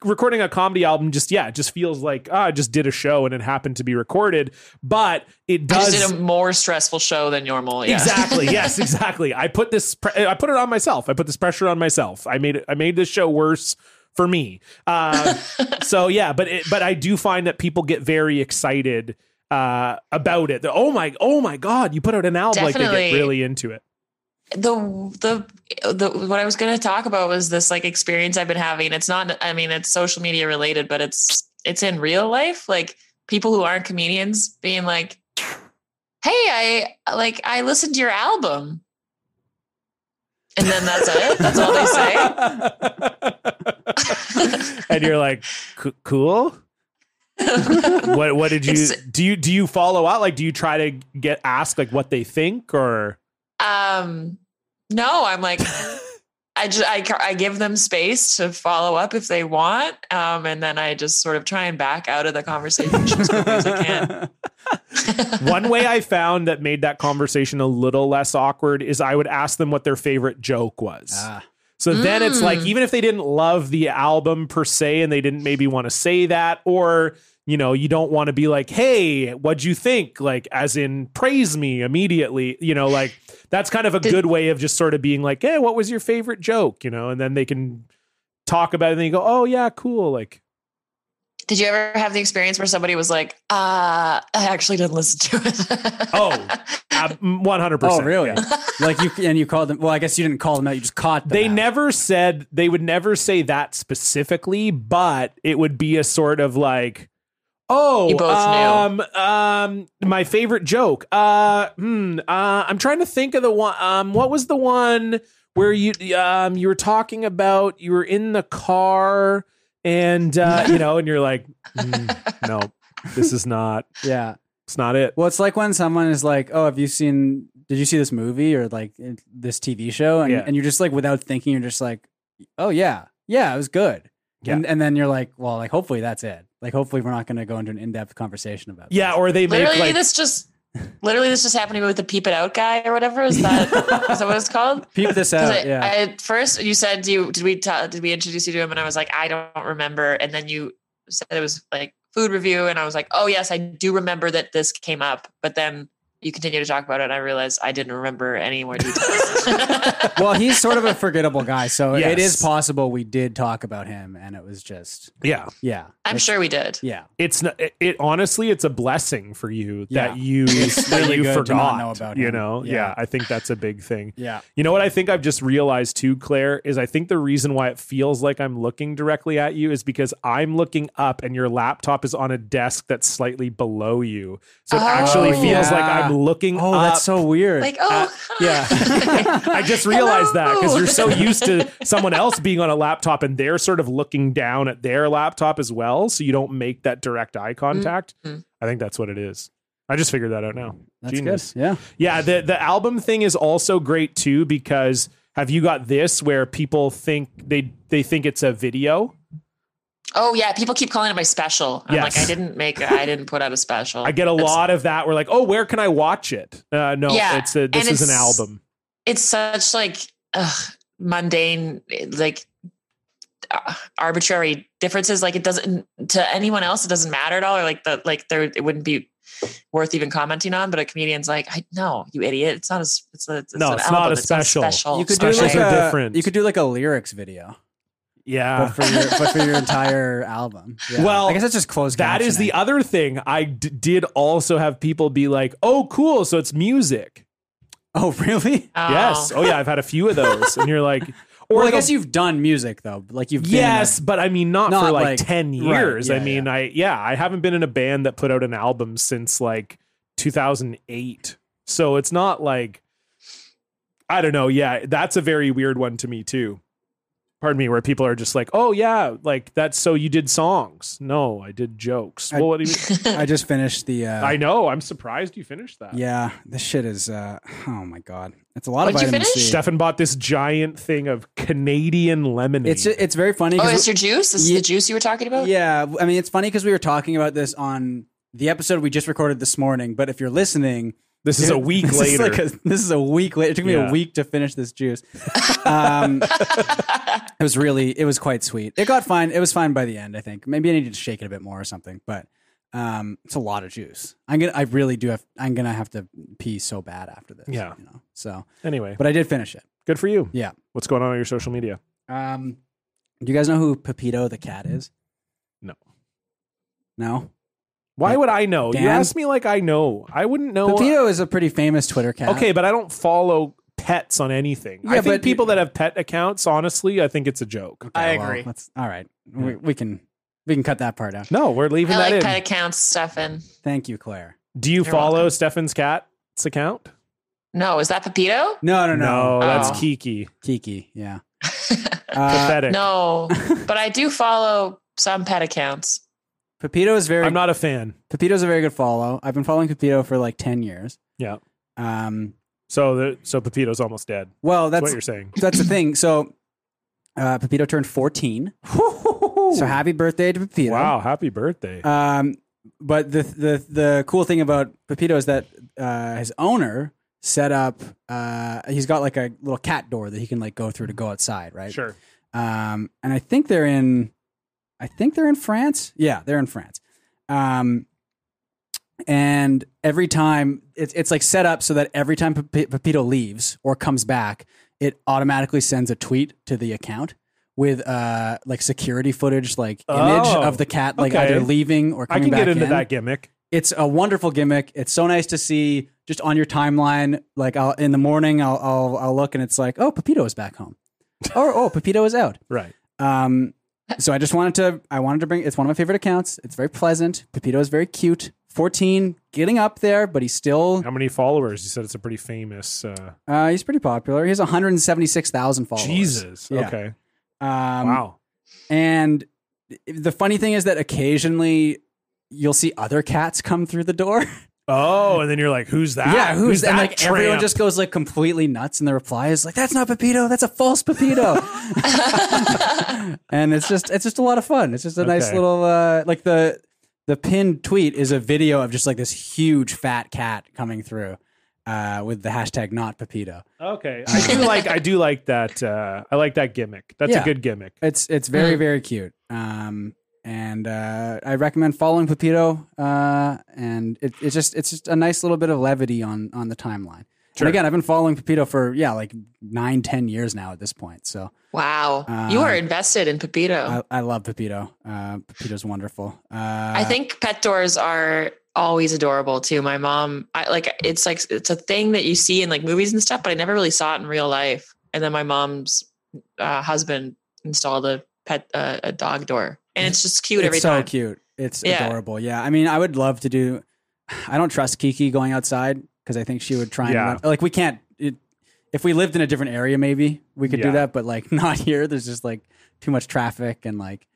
recording a comedy album just yeah, it just feels like ah, I just did a show and it happened to be recorded, but it
I
does
just did a more stressful show than normal. Yeah.
Exactly. Yes, exactly. I put this pre- I put it on myself. I put this pressure on myself. I made it, I made this show worse for me. Uh, so yeah, but it, but I do find that people get very excited uh, about it. They're, oh my oh my god, you put out an album like they get
Definitely.
really into it.
the the the what I was going to talk about was this like experience I've been having. It's not I mean it's social media related, but it's it's in real life like people who aren't comedians being like hey, I like I listened to your album. And then that's it. That's all they say.
and you're like, "C- cool. what what did you
It's-
do? You do you follow up? Like, do you try to get asked like what they think or?
Um, no, I'm like, I just I, I give them space to follow up if they want, um, and then I just sort of try and back out of the conversation as quickly as I can.
One way I found that made that conversation a little less awkward is I would ask them what their favorite joke was.
Ah.
So then it's like,
Mm.
even if they didn't love the album per se and they didn't maybe want to say that, or, you know, you don't want to be like, hey, what'd you think? Like, as in, praise me immediately. You know, like that's kind of a
Did-
good way of just sort of being like, hey, what was your favorite joke? You know, and then they can talk about it and they go, oh, yeah, cool. Like,
Did you ever have the experience where somebody was like, uh, I actually didn't listen to it?
oh, ab- mm, 100%.
Oh, really?
Yeah.
like you and you called them. Well, I guess you didn't call them out. You just caught them.
They
out.
never said they would never say that specifically, but it would be a sort of like, oh,
You both
um, um, my favorite joke. Uh, hmm, uh, I'm trying to think of the one. Um, what was the one where you um you were talking about you were in the car and uh, you know, and you're like, "Mm, no, this is not.
Yeah.
It's not it.
Well, it's like when someone is like, "Oh, have you seen? Did you see this movie or like this TV show?" And
Yeah.
and you're just like, without thinking, you're just like, "Oh yeah, yeah, it was good."
Yeah.
And and then you're like, "Well, like hopefully that's it. Like hopefully we're not going to go into an in depth conversation about."
Yeah, or they make
Literally,
like
this just Literally, this just happened to me with the peep it out guy or whatever. Is that is that what it's called?
Peep this
'Cause
out.
I,
yeah.
I, at first you said, "Do you did we ta- did we introduce you to him?" And I was like, "I don't remember." And then you said it was like food review, and I was like, "Oh yes, I do remember that this came up." But then you continue to talk about it, and I realized I didn't remember any more details.
well, he's sort of a forgettable guy, so it
Yes.
is possible we did talk about him, and it was just
Yeah,
yeah.
I'm
It's-
sure we did.
Yeah,
it's not, it, it honestly it's a blessing for you
Yeah.
that you that
really
you
good to not
forgot.
know about
you
him.
know,
Yeah.
yeah, I think that's a big thing.
yeah.
You know what I think I've just realized too, Claire, is I think the reason why it feels like I'm looking directly at you is because I'm looking up and your laptop is on a desk that's slightly below you. So it
Oh.
actually feels
Yeah.
like I'm looking
Oh,
up.
that's so weird.
Like, oh,
yeah. I just realized that because
Hello.
you're so used to someone else being on a laptop and they're sort of looking down at their laptop as well. So you don't make that direct eye contact.
Mhm.
I think that's what it is. I just figured that out now.
that's
Genius.
good. Yeah.
Yeah, the the album thing is also great too because have you got this where people think they they think it's a video?
oh yeah. People keep calling it my special. I'm like,
Yes.
I didn't make. I didn't put out a special.
I get a
It's-
lot of that. We're like, oh, where can I watch it? Uh, no,
Yeah,
it's a, this
and
is an
it's-
album.
it's such like ugh, mundane like uh, arbitrary differences like it doesn't to anyone else it doesn't matter at all or like the like there it wouldn't be worth even commenting on but a comedian's like i no you idiot it's not a s- it's a it's
No,
an
it's
album.
not a
it's not a
special.
special
You could do
Specials
like
are
a
different.
you could do like a lyrics video, but
Yeah.
for your but for your entire album. Yeah.
Ah. Well,
I guess that's just closed.
That is the
captioning.
other thing. I d- did also have people be like, "Oh, cool! So it's music."
oh really?
Oh.
Yes. Oh, yeah. I've had a few of those, and you're like,
Or I
they'll-
guess you've done music though. Like you've been in a-
Yes, but I mean not, for
Not
like,
like-
10
right,
years. I
yeah,
mean, I yeah, I haven't been in a band that put out an album since like 2008. So it's not like I don't know, yeah, that's a very weird one to me too. Pardon me, where people are just like, "Oh yeah, like that's so you did songs." No, I did jokes.
I-
well, what do you
I just finished the. Uh,
I know. I'm surprised you finished that.
Yeah, this shit is. Uh, oh my god, it's a lot of
What'd you
vitamin
finish?
C.
Stefan bought this giant thing of Canadian lemonade.
It's it's very funny.
oh
'cause-
it's your juice this is
Yeah.
the juice you were talking about
yeah, I mean it's funny because we were talking about this on the episode we just recorded this morning. But if you're listening,
this is a week
this
later.
Is like a, this is a week later. It took me
Yeah.
a week to finish this juice. Um, it was really, it was quite sweet. It got fine. It was fine by the end. I think maybe I needed to shake it a bit more or something. But um, it's a lot of juice. I'm gonna. I really do have. I'm gonna have to pee so bad after this.
Yeah.
You know. So,
anyway,
but I did finish it.
good for you.
Yeah.
What's going on on your social media?
Um, do you guys know who Pepito the cat is?
No.
No.
Why would I know? You
Dan?
ask me like I know. I wouldn't know.
Pepito is a pretty famous Twitter cat.
uh, Okay, but I don't follow pets on anything. I
Yeah,
think
but-
people that have pet accounts, honestly, I think it's a joke.
I
well,
agree.
let's, all right. We, we can we can cut that part out.
No, we're leaving
i
that
like
in.
pet accounts stefan
Thank you, Claire.
Do you
You're
follow
welcome.
Stefan's cat's account?
no is that pepito
No, no, no.
that's
Oh.
Kiki.
Kiki. Yeah. Uh,
Pathetic.
no but i do follow some pet accounts
Pepito is very
I'm not a fan.
Pepito's a very good follow. I've been following Pepito for like ten years.
Yeah.
Um.
So the so Pepito's almost dead.
Well,
That's
that's
what you're saying.
that's the thing. So, uh, Pepito turned fourteen. So happy birthday to Pepito.
Wow, happy birthday.
Um, but the the the cool thing about Pepito is that uh, his owner set up. Uh, he's got like a little cat door that he can like go through to go outside, right?
sure.
Um, and I think they're in, I think they're in France. Yeah, they're in France. Um, and every time it's it's like set up so that every time Pe- Pepito leaves or comes back, it automatically sends a tweet to the account with uh like security footage, like image
Oh,
of the cat, like
okay.
either leaving or
I
coming
can
back
get into
in
that gimmick.
it's a wonderful gimmick. It's so nice to see just on your timeline. Like I'll, in the morning, I'll, I'll I'll look and it's like, oh, Pepito is back home, or oh, Pepito is out.
Right.
Um, so I just wanted to I wanted to bring. It's one of my favorite accounts. It's very pleasant. Pepito is very cute. Fourteen, getting up there, but he's still
How many followers? You said it's a pretty famous uh,
uh, he's pretty popular. He has one hundred seventy six thousand followers.
Jesus.
Yeah.
Okay.
Um,
wow.
And the funny thing is that occasionally you'll see other cats come through the door.
Oh, and then you're like, who's that?
Yeah, who's, and
that
like everyone
tramp?
just goes like completely nuts, and the reply is like, "That's not Pepito, that's a false Pepito," and it's just it's just a lot of fun. It's just a nice
Okay.
little uh, like the the pinned tweet is a video of just like this huge fat cat coming through uh, with the hashtag not Pepito.
Okay, I do like I do like that. Uh, I like that gimmick. That's a
Yeah.
good gimmick.
It's it's very
Mm.
very cute. Um, and uh, I recommend following Pepito. Uh, and it, it's just it's just a nice little bit of levity on on the timeline. And again, I've been following Pepito for yeah like nine ten years now at this point. So
Wow. you are invested in Pepito.
I, I love Pepito. Uh, Pepito's wonderful. Uh,
Oh. I think pet doors are always adorable too. My mom, I like it's like it's a thing that you see in like movies and stuff, but I never really saw it in real life. And then my mom's uh, husband installed a pet uh, a dog door, and it's just cute every
it's so
time.
cute. It's
Yeah.
adorable. Yeah. I mean, I would love to do. I don't trust Kiki going outside because I think she would try.
Yeah.
And run, like we can't. It, if we lived in a different area, maybe we could
Yeah.
do that. But like not here. There's just like too much traffic and like.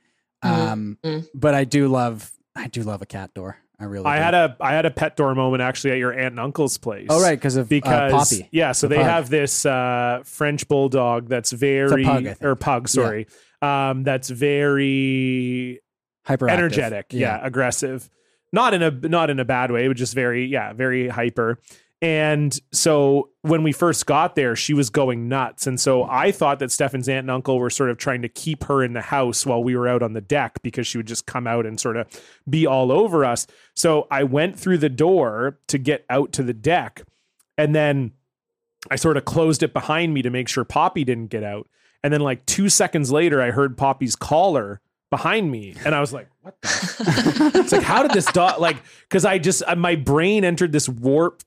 Um.
Mm.
But I do love. I do love a cat door. I really.
I
do.
had a I had a pet door moment actually at your aunt and uncle's place.
Oh right, because of
because
uh, Poppy.
yeah, so
The
they
pug.
have this uh, French bulldog that's very
pug, I think.
or pug, sorry, um, that's very
Hyperactive.
energetic, yeah. aggressive, not in a not in a bad way, but just very yeah, very hyper. And so when we first got there, she was going nuts, and so I thought that Stefan's aunt and uncle were sort of trying to keep her in the house while we were out on the deck because she would just come out and sort of be all over us. So I went through the door to get out to the deck, and then I sort of closed it behind me to make sure Poppy didn't get out. And then like two seconds later, I heard Poppy's collar behind me, and I was like, "What?" the It's like, how did this dog like? Because I just uh, my brain entered this warp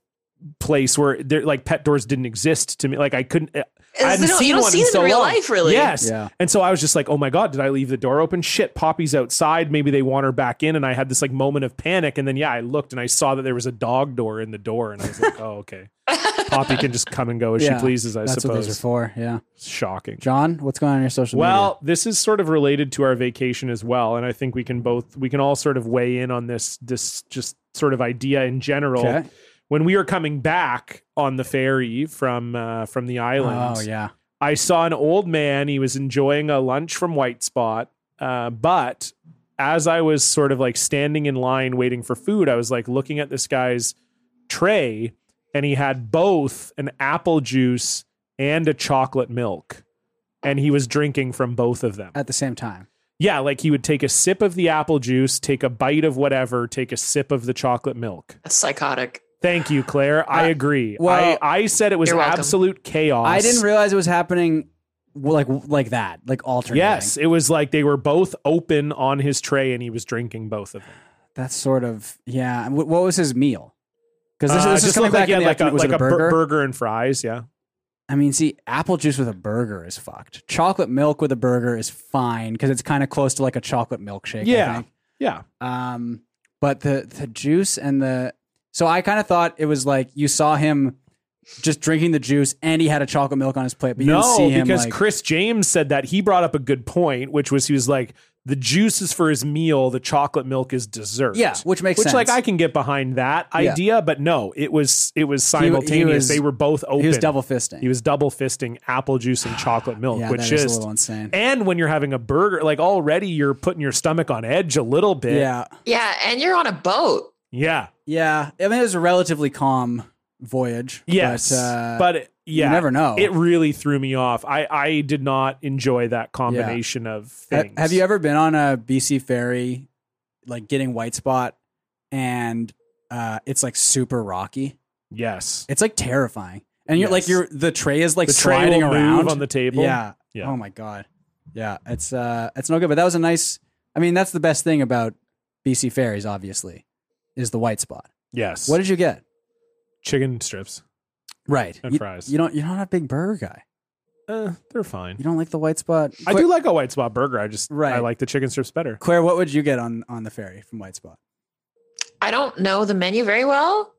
place where there like pet doors didn't exist to me. Like I couldn't. uh, I hadn't
you don't-
seen
you don't
one
see
in
them in
so
real
long.
life, really.
Yes.
Yeah.
And so I was just like, oh my god, did I leave the door open? Shit, Poppy's outside. Maybe they want her back in. And I had this like moment of panic. And then yeah, I looked and I saw that there was a dog door in the door, and I was like, oh okay. Poppy can just come and go as
Yeah.
she pleases, I
That's what those are
suppose.
for. Yeah.
Shocking.
John, what's going on in your social media?
Well, this is sort of related to our vacation as well, and I think we can both we can all sort of weigh in on this this just sort of idea in general.
Okay.
When we were coming back on the ferry from uh, from the islands,
Oh yeah.
I saw an old man. He was enjoying a lunch from White Spot, uh, but as I was sort of like standing in line waiting for food, I was like looking at this guy's tray, and he had both an apple juice and a chocolate milk, and he was drinking from both of them.
At the same time.
Yeah, like he would take a sip of the apple juice, take a bite of whatever, take a sip of the chocolate milk.
That's psychotic.
Thank you, Claire. I agree.
Uh, well,
I, I said it was
You're welcome.
absolute chaos.
I didn't realize it was happening w- like like that, like alternating.
Yes, it was like they were both open on his tray and he was drinking both of them.
that's sort of yeah. And wh- What was his meal? Because this,
Uh,
this is
just
coming
looked
back
like, yeah,
in the
like a,
afternoon. Was
like
it
a
a burger?
bur- and fries. Yeah.
I mean, see, apple juice with a burger is fucked. Chocolate milk with a burger is fine because it's kind of close to like a chocolate milkshake. I
Yeah.
think.
Yeah.
Um, but the the juice and the so I kind of thought it was like you saw him just drinking the juice and he had a chocolate milk on his plate, but you didn't
No,
see him
because
like,
Chris James said that he brought up a good point, which was he was like, the juice is for his meal, the chocolate milk is dessert.
yeah, which makes
Which
sense.
like I can get behind that
Yeah.
idea, but no, it was it was
he
simultaneous.
was-
they were both open.
he was double fisting.
He was double fisting apple juice and chocolate milk,
yeah,
which
that is
just
a little insane.
and when you're having a burger, like already you're putting your stomach on edge a little bit.
yeah,
Yeah, and you're on a boat.
Yeah.
Yeah, I mean it was a relatively calm voyage.
Yes,
but, uh,
but it- yeah,
never know.
It really threw me off. I I did not enjoy that combination of
ha-
things.
have you ever been on a BC ferry, like getting white spot, and uh, it's like super rocky?
Yes,
It's like terrifying, and you're like
Yes.
you're the tray is like
the tray
sliding
will move
around
on the table.
Yeah.
Yeah.
Oh my god. Yeah, it's uh, it's no good. But that was a nice. I mean, that's the best thing about BC ferries, obviously, is the white spot.
Yes.
What did you get?
chicken strips?
Right,
And
you,
fries.
You don't. You're not a big burger guy.
Uh, they're fine.
You don't like the white spot.
I do like a white spot burger. I just
Right.
I like the chicken strips better.
Claire, what would you get on on the ferry from White Spot?
I don't know the menu very well.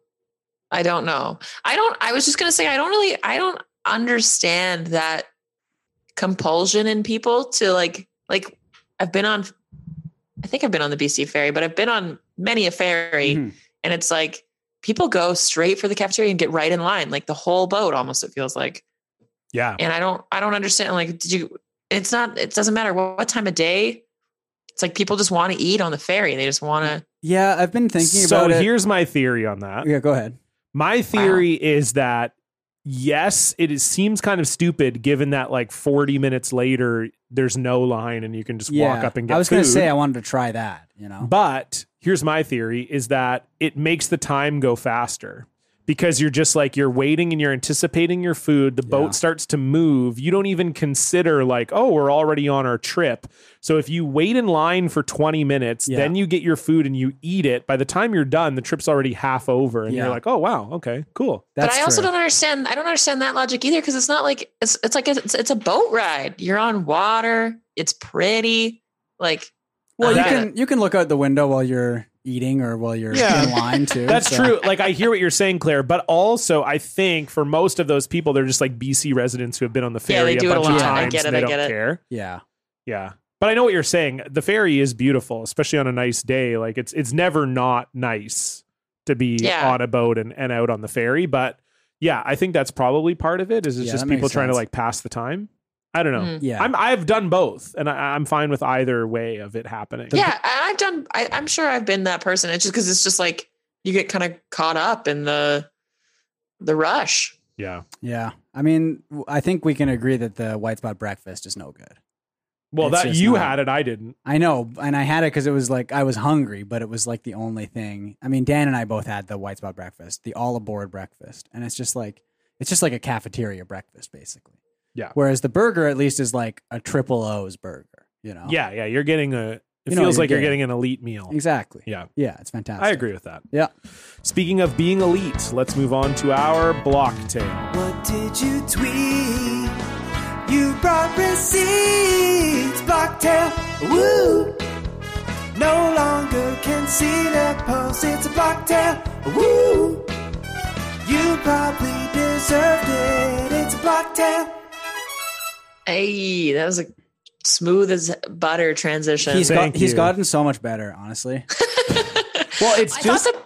I don't know. I don't I was just going to say I don't really I don't understand that compulsion in people to like like I've been on I think I've been on the BC ferry, but I've been on many a ferry
Mhm.
Mm-hmm.
and it's like people go straight for the cafeteria and get right in line like the whole boat almost it feels like.
Yeah.
And I don't I don't understand like did you it's not it doesn't matter what, what time of day. It's like people just want to eat on the ferry. They just want to
Yeah, I've been thinking
so
about it.
here's my theory on that.
yeah, go ahead.
My theory is that yes, it is, seems kind of stupid given that like 40 minutes later there's no line and you can just
yeah.
walk up and get
I was
food.
gonna say I wanted to try that. You know,
But here's my theory is that it makes the time go faster because you're just like you're waiting and you're anticipating your food. The
Yeah.
boat starts to move. You don't even consider like, oh, we're already on our trip. So if you wait in line for 20 minutes,
Yeah.
then you get your food and you eat it. By the time you're done, the trip's already half over and
Yeah.
you're like, "Oh, wow. Okay. Cool."
that's
but I also
true.
don't understand. I don't understand that logic either because it's not like it's it's like a, it's, it's a boat ride. You're on water. It's pretty. Like
Well, you
that-
can you can look out the window while you're eating or while you're
Yeah.
in line too.
That's
so-
true. Like I hear what you're saying, Claire, but also I think for most of those people, they're just like BC residents who have been on the
Yeah, they
ferry
do it
a
a
bunch
lot.
of
I
times.
get it,
and they
I
don't
get it.
care.
Yeah.
Yeah. But I know what you're saying. The ferry is beautiful, especially on a nice day. Like it's it's never not nice to be
Yeah.
on a boat and, and out on the ferry. But yeah, I think that's probably part of it. Is it's
Yeah,
just
that makes
people trying to
sense.
like pass the time. I don't know.
Mm.
Yeah.
I'm I've done both, and I, I'm fine with either way of it happening.
yeah, I, I've done. I, I'm sure I've been that person. It's just because it's just like you get kind of caught up in the the rush.
Yeah.
yeah. I mean, w- I think we can agree that the white spot breakfast is no good.
Well,
It's
that
just
you
not-
had it, I didn't.
I know, and I had it because it was like I was hungry, but it was like the only thing. I mean, Dan and I both had the white spot breakfast, the all aboard breakfast, and it's just like it's just like a cafeteria breakfast, basically.
Yeah.
Whereas the burger, at least, is like a triple O's burger. You know.
Yeah, yeah. You're getting a. It
Oh. You know what
feels
you're
like you're
getting.
getting an elite meal.
Exactly.
Yeah.
Yeah, it's fantastic.
I agree with that.
Yeah.
Speaking of being elite, let's move on to our block tale.
What did you tweet? You brought receipts, Blocktail. Woo! No longer can see the post. It's a Blocktail. Woo! You probably deserved it. It's a Blocktail.
Hey, that was a smooth as butter transition.
He's got,
Thank
he's
you.
gotten so much better, honestly. well, it's
I
just
thought the,
Go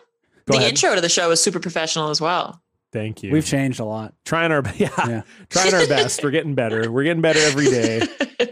the
ahead.
intro to the show was super professional as well.
Thank you.
we've changed a lot.
trying our yeah,
Yeah.
trying our best. We're getting better. We're getting better every day.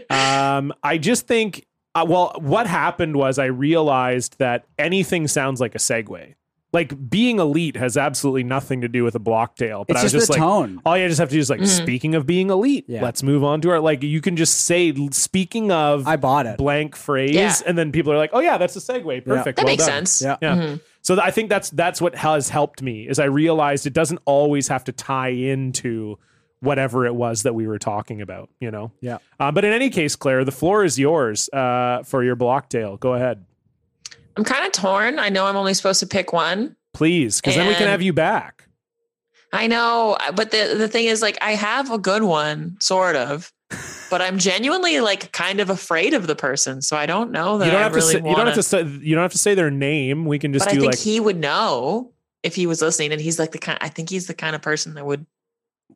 Um, I just think. Uh, well, what happened was I realized that anything sounds like a segue. Like being elite has absolutely nothing to do with a block tale. But
It's
I was
just,
just,
the
like,
tone.
all you just have to do is like,
Mm-hmm.
speaking of being elite,
Yeah.
let's move on to our like. You can just say, speaking of
I bought it.
blank phrase,
Yeah.
and then people are like, oh yeah, that's a segue. Perfect.
That
well
makes
done.
sense. Mm-hmm.
Yeah.
Yeah. So th- I think that's that's what has helped me is I realized it doesn't always have to tie into whatever it was that we were talking about, you know.
Yeah.
Uh, but in any case, Claire, the floor is yours uh, for your block tale. Go ahead,
I'm kind of torn. I know I'm only supposed to pick one.
please, because then we can
And-
have you back.
I know, uh, but the the thing is, like, I have a good one, sort of, but I'm genuinely like kind of afraid of the person, so I don't know that
You don't
I
have
really
to. Say, you don't have to.
wanna-
Say, you don't have to say their name. We can just
but I
do
think
like.
he would know if he was listening, and he's like the kind. I think he's the kind of person that would.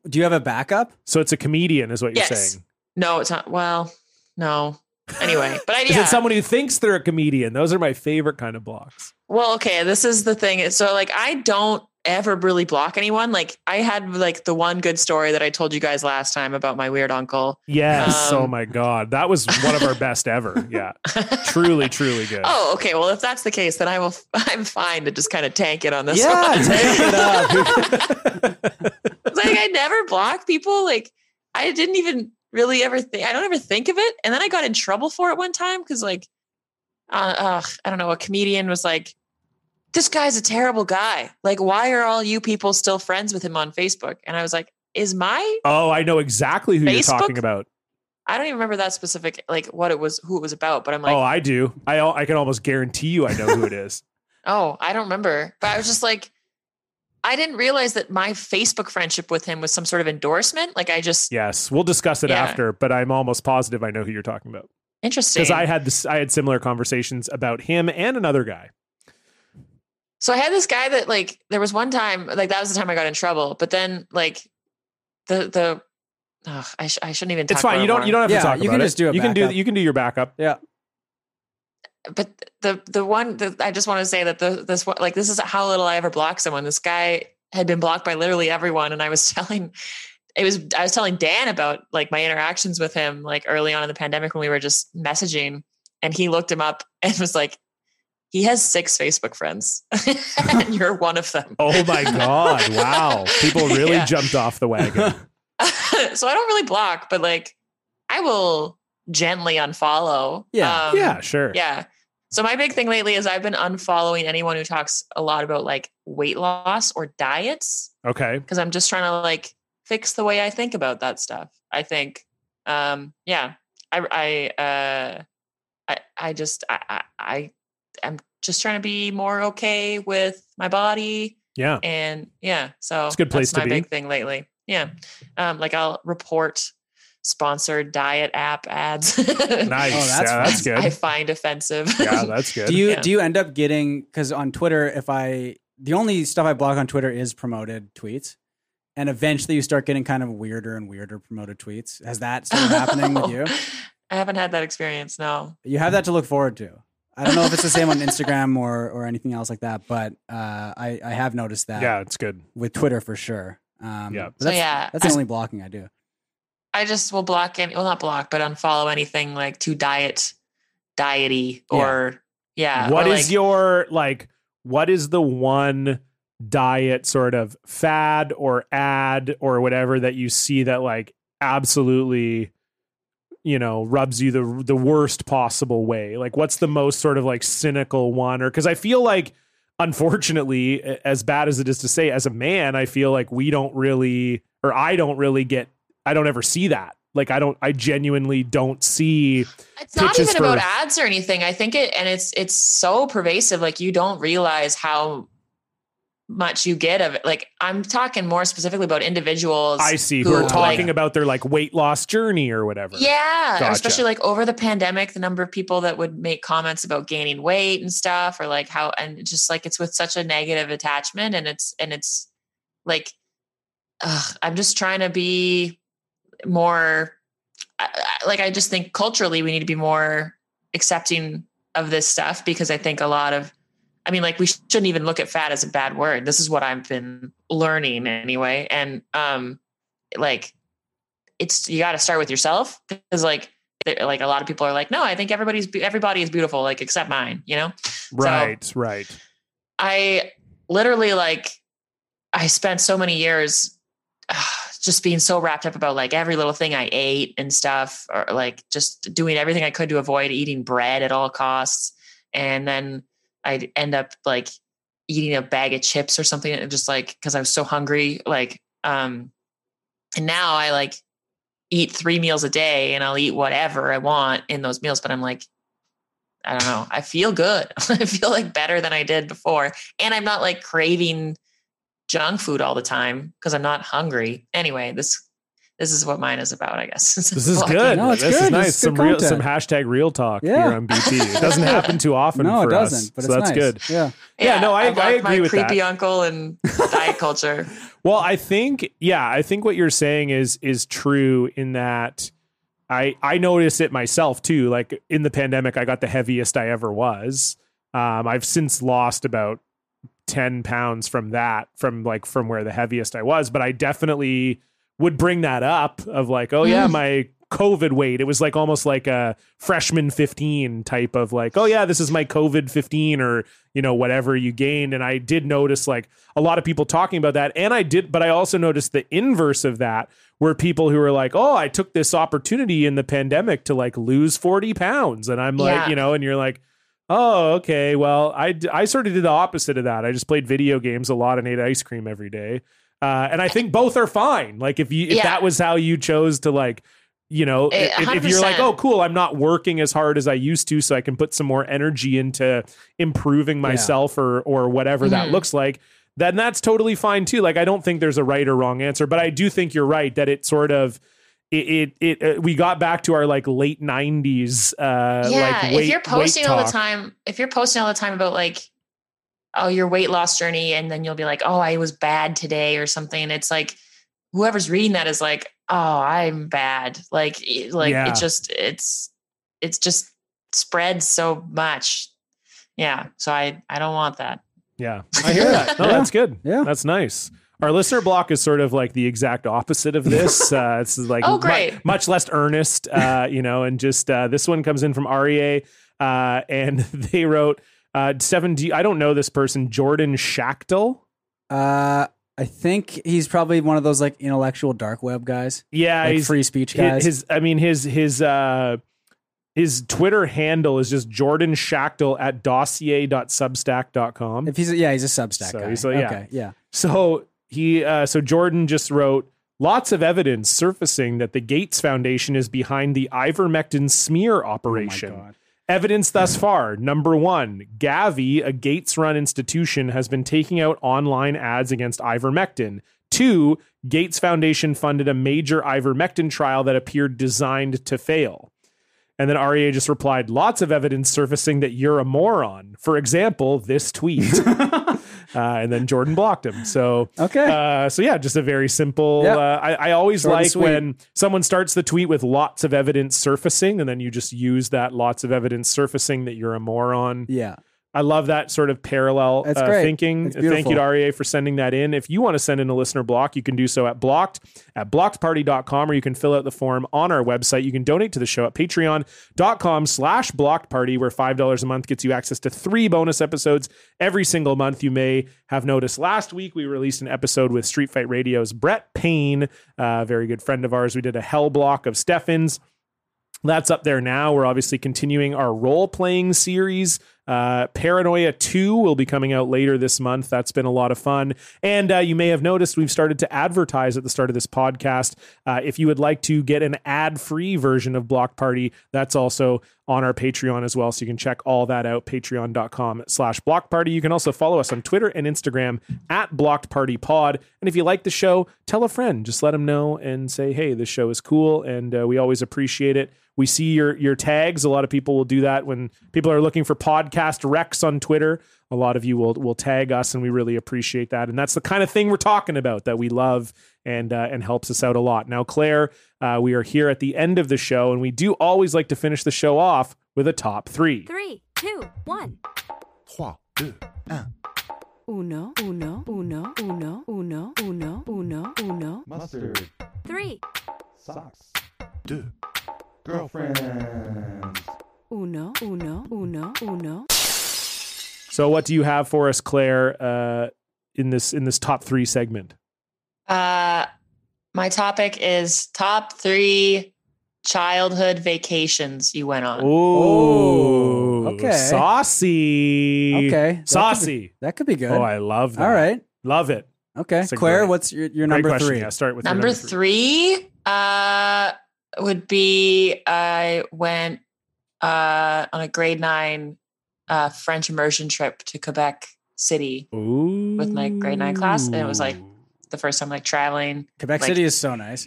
Do you have a backup?
so it's a comedian, is what you're
Yes.
saying.
No, it's not. Well, no. Anyway, but I,
Is
yeah.
it someone who thinks they're a comedian? Those are my favorite kind of blocks.
Well, okay, this is the thing. So like I don't ever really block anyone. Like I had like the one good story that I told you guys last time about my weird uncle.
Yes.
Um,
oh my god, that was one of our best ever. Yeah. Truly, truly good.
Oh, okay. Well, if that's the case, then I will I'm fine to just kind of tank it on this
Yeah,
one.
take it up.
like I never block people. Like I didn't even really ever think I don't ever think of it. And then I got in trouble for it one time because like uh, ugh, I don't know, a comedian was like, This guy's a terrible guy. Like, why are all you people still friends with him on Facebook? And I was like, Is my
Oh, I know exactly who you're
Facebook?
talking about.
I don't even remember that specific, like what it was, who it was about, but I'm like,
oh,
oh,
I do. I al- I can almost guarantee you I know who it is.
Oh, I don't remember. But I was just like, I didn't realize that my Facebook friendship with him was some sort of endorsement. Like I just,
yes, we'll discuss it
Yeah.
after, but I'm almost positive I know who you're talking about
interesting.
because I had this I had similar conversations about him and another guy.
so I had this guy that like, there was one time, like that was the time I got in trouble, but then like the, the, ugh, I, sh- I shouldn't even talk
It's fine.
about
You
it
don't
more.
you don't have
Yeah,
to talk
you
about
can
it.
just do a
you can do
backup.
you can do your backup.
Yeah.
but the the one that I just want to say that the this one like this is how little I ever block someone. This guy had been blocked by literally everyone, and I was telling it was I was telling Dan about like my interactions with him like early on in the pandemic when we were just messaging, and he looked him up and was like. he has six Facebook friends, and you're one of them.
Oh my god! Wow, people really
Yeah.
jumped off the wagon.
so I don't really block, but like I will gently unfollow.
Yeah.
Um,
yeah, sure.
Yeah. So my big thing lately is I've been unfollowing anyone who talks a lot about like weight loss or diets
Okay.
because I'm just trying to like fix the way I think about that stuff. I think, um, yeah, I, I, uh, I, I just, I, I, I am just trying to be more okay with my body
Yeah.
and yeah, so
It's a good place
that's
to
my
be.
big thing lately. Yeah, um, like I'll report sponsored diet app ads.
Nice.
Oh, that's
yeah, that's
I
good.
find offensive.
Yeah, that's good.
Do you
Yeah.
do you end up getting because on Twitter, if I the only stuff I block on Twitter is promoted tweets, and eventually you start getting kind of weirder and weirder promoted tweets. Has that started happening with you?
I haven't had that experience. No.
You have that to look forward to. I don't know if it's the same on Instagram or or anything else like that, but uh, I I have noticed that
yeah, it's good.
with Twitter for sure. Um,
Yeah.
but that's,
so yeah,
that's the only blocking I do.
I just will block any, well, not block, but unfollow anything like to diet, diety,
Yeah.
or yeah.
What
or,
is
like,
your like? What is the one diet sort of fad or ad or whatever that you see that like absolutely, you know, rubs you the the worst possible way? Like, what's the most sort of like cynical one? Or because I feel like, unfortunately, a- as bad as it is to say, as a man, I feel like we don't really, or I don't really get, I don't ever see that. Like, I don't, I genuinely don't see.
It's not
pitches
even about
for-
ads or anything. I think it, and it's it's so pervasive. Like you don't realize how much you get of it. Like I'm talking more specifically about individuals.
I see who are
like,
talking about their like weight loss journey or whatever.
Yeah,
Gotcha.
especially like over the pandemic, the number of people that would make comments about gaining weight and stuff, or like how, and just like it's with such a negative attachment, and it's and it's like, ugh, I'm just trying to be more, I- I- like I just think culturally we need to be more accepting of this stuff because I think a lot of, I mean, like we shouldn't even look at fat as a bad word. This is what I've been learning anyway, and um, like it's you got to start with yourself because like there- like a lot of people are like no i think everybody's be- everybody is beautiful like except mine you know
Right, right.
i literally like i spent so many years ugh, just being so wrapped up about like every little thing i ate and stuff or like just doing everything i could to avoid eating bread at all costs and then i'd end up like eating a bag of chips or something and just like because i was so hungry like um and now i like eat three meals a day and i'll eat whatever i want in those meals but i'm like i don't know i feel good i feel like better than i did before and i'm not like craving junk food all the time because i'm not hungry anyway this this is what mine is about i guess
This is good.
No, it's
this is
good.
nice.
It's good
some real, some hashtag
content.
real talk
Yeah.
here on BT. It doesn't happen too often.
No,
for
it doesn't.
Us,
But
so
it's
that's
nice.
good.
Yeah,
Yeah, no, I- I
love
agree
my
with
creepy
that.
uncle and diet culture.
Well, I think yeah, I think what you're saying is is true in that I I notice it myself too. Like in the pandemic, I got the heaviest I ever was. Um, I've since lost about ten pounds from that, from like from where the heaviest I was. But I definitely would bring that up of like, oh yeah, my COVID weight. It was like almost like a freshman fifteen type of like, oh yeah, this is my COVID fifteen or you know whatever you gained. And I did notice like a lot of people talking about that. And I did, but I also noticed the inverse of that, where people who are like, oh, I took this opportunity in the pandemic to like lose 40 pounds. And I'm like,
Yeah.
you know, and you're like, oh, okay. Well, I, d- I sort of did the opposite of that. I just played video games a lot and ate ice cream every day. Uh, and I think both are fine. Like if you if
Yeah.
that was how you chose to like, you know,
Eh,
if, if you're like,
100%.
oh, cool, I'm not working as hard as I used to, so I can put some more energy into improving myself or or whatever that
Mhm.
looks like then that's totally fine too. Like I don't think there's a right or wrong answer, but I do think you're right that it sort of it it, it uh, we got back to our like late '90s. Uh,
yeah,
like weight,
if you're
weight
posting all the
talk.
time, if you're posting all the time about like, oh, your weight loss journey, and then you'll be like, oh, I was bad today or something. It's like whoever's reading that is like, oh, I'm bad. Like, e- like
Yeah.
it just it's it's just spreads so much. Yeah, so I I don't want that.
yeah, I hear that. No,
Yeah.
that's good.
Yeah.
that's nice. Our listener block is sort of like the exact opposite of this. Uh, it's like
Oh,
mu-
great.
much less earnest, uh, you know. And just uh, this one comes in from REA, uh, and they wrote. Uh, seven. Do you, I don't know this person, Jordan Schachtel.
Uh, I think he's probably one of those like intellectual dark web guys,
Yeah,
like
he's
free speech
hi-
guys.
His, I mean, his his uh, his Twitter handle is just Jordan Schachtel at dossier.substack.com.
if he's yeah, he's a Substack
So
guy.
he's like, yeah.
Okay, yeah.
So he, uh, so Jordan just wrote lots of evidence surfacing that the Gates Foundation is behind the ivermectin smear operation.
Oh God.
Evidence thus far. Number one, Gavi, a Gates run institution, has been taking out online ads against ivermectin. Two, Gates Foundation funded a major ivermectin trial that appeared designed to fail. And then REA just replied, lots of evidence surfacing that you're a moron. For example, this tweet. Uh, and then Jordan blocked him. So
Okay.
uh, so yeah, just a very simple.
Yeah.
Uh, I, I always
Short and
like
sweet.
when someone starts the tweet with lots of evidence surfacing, and then you just use that lots of evidence surfacing that you're a moron.
yeah.
I love that sort of parallel
That's
uh,
great.
thinking.
That's
Thank you to
beautiful.
REA for sending that in. If you want to send in a listener block, you can do so at blocked at blockedparty.com or you can fill out the form on our website. You can donate to the show at patreon.com slash blocked party, where $5 a month gets you access to three bonus episodes every single month. You may have noticed last week we released an episode with Street Fight Radio's Brett Payne, uh, a very good friend of ours. We did a hell block of Steffens that's up there now. We're obviously continuing our role playing series. Uh, Paranoia 2 will be coming out later this month. That's been a lot of fun. And uh, you may have noticed we've started to advertise at the start of this podcast. Uh, if you would like to get an ad free version of Block Party, that's also on our Patreon as well. So you can check all that out, patreon.com slash block party. You can also follow us on Twitter and Instagram at blocked party pod. And if you like the show, tell a friend, just let them know and say, Hey, this show is cool. And uh, we always appreciate it. We see your, your tags. A lot of people will do that when people are looking for podcast recs on Twitter. A lot of you will, will tag us and we really appreciate that. And that's the kind of thing we're talking about that we love and uh, and helps us out a lot. Now, Claire, uh, we are here at the end of the show, and we do always like to finish the show off with a top three.
Three, two, one. Uno, uno, uno, uno, uno, uno, uno, uno.
Mustard,
Three,
socks, do, girlfriends.
uno, uno, uno, uno.
So, what do you have for us, Claire, uh, in this in this top three segment?
Uh, my topic is top three childhood vacations you went on.
Oh, okay.
saucy,
Okay.
saucy.
That could be good.
Oh, I love that.
All right.
love it.
Okay.
That's a
Claire,
great-
what's your, your
Great
number
question.
three?
Yeah, start with your
Number three uh, would be I went uh, on a grade nine uh, French immersion trip to Quebec City,
Ooh.
with my grade nine class, and it was like the first time like traveling.
Quebec
Like-
City is so nice.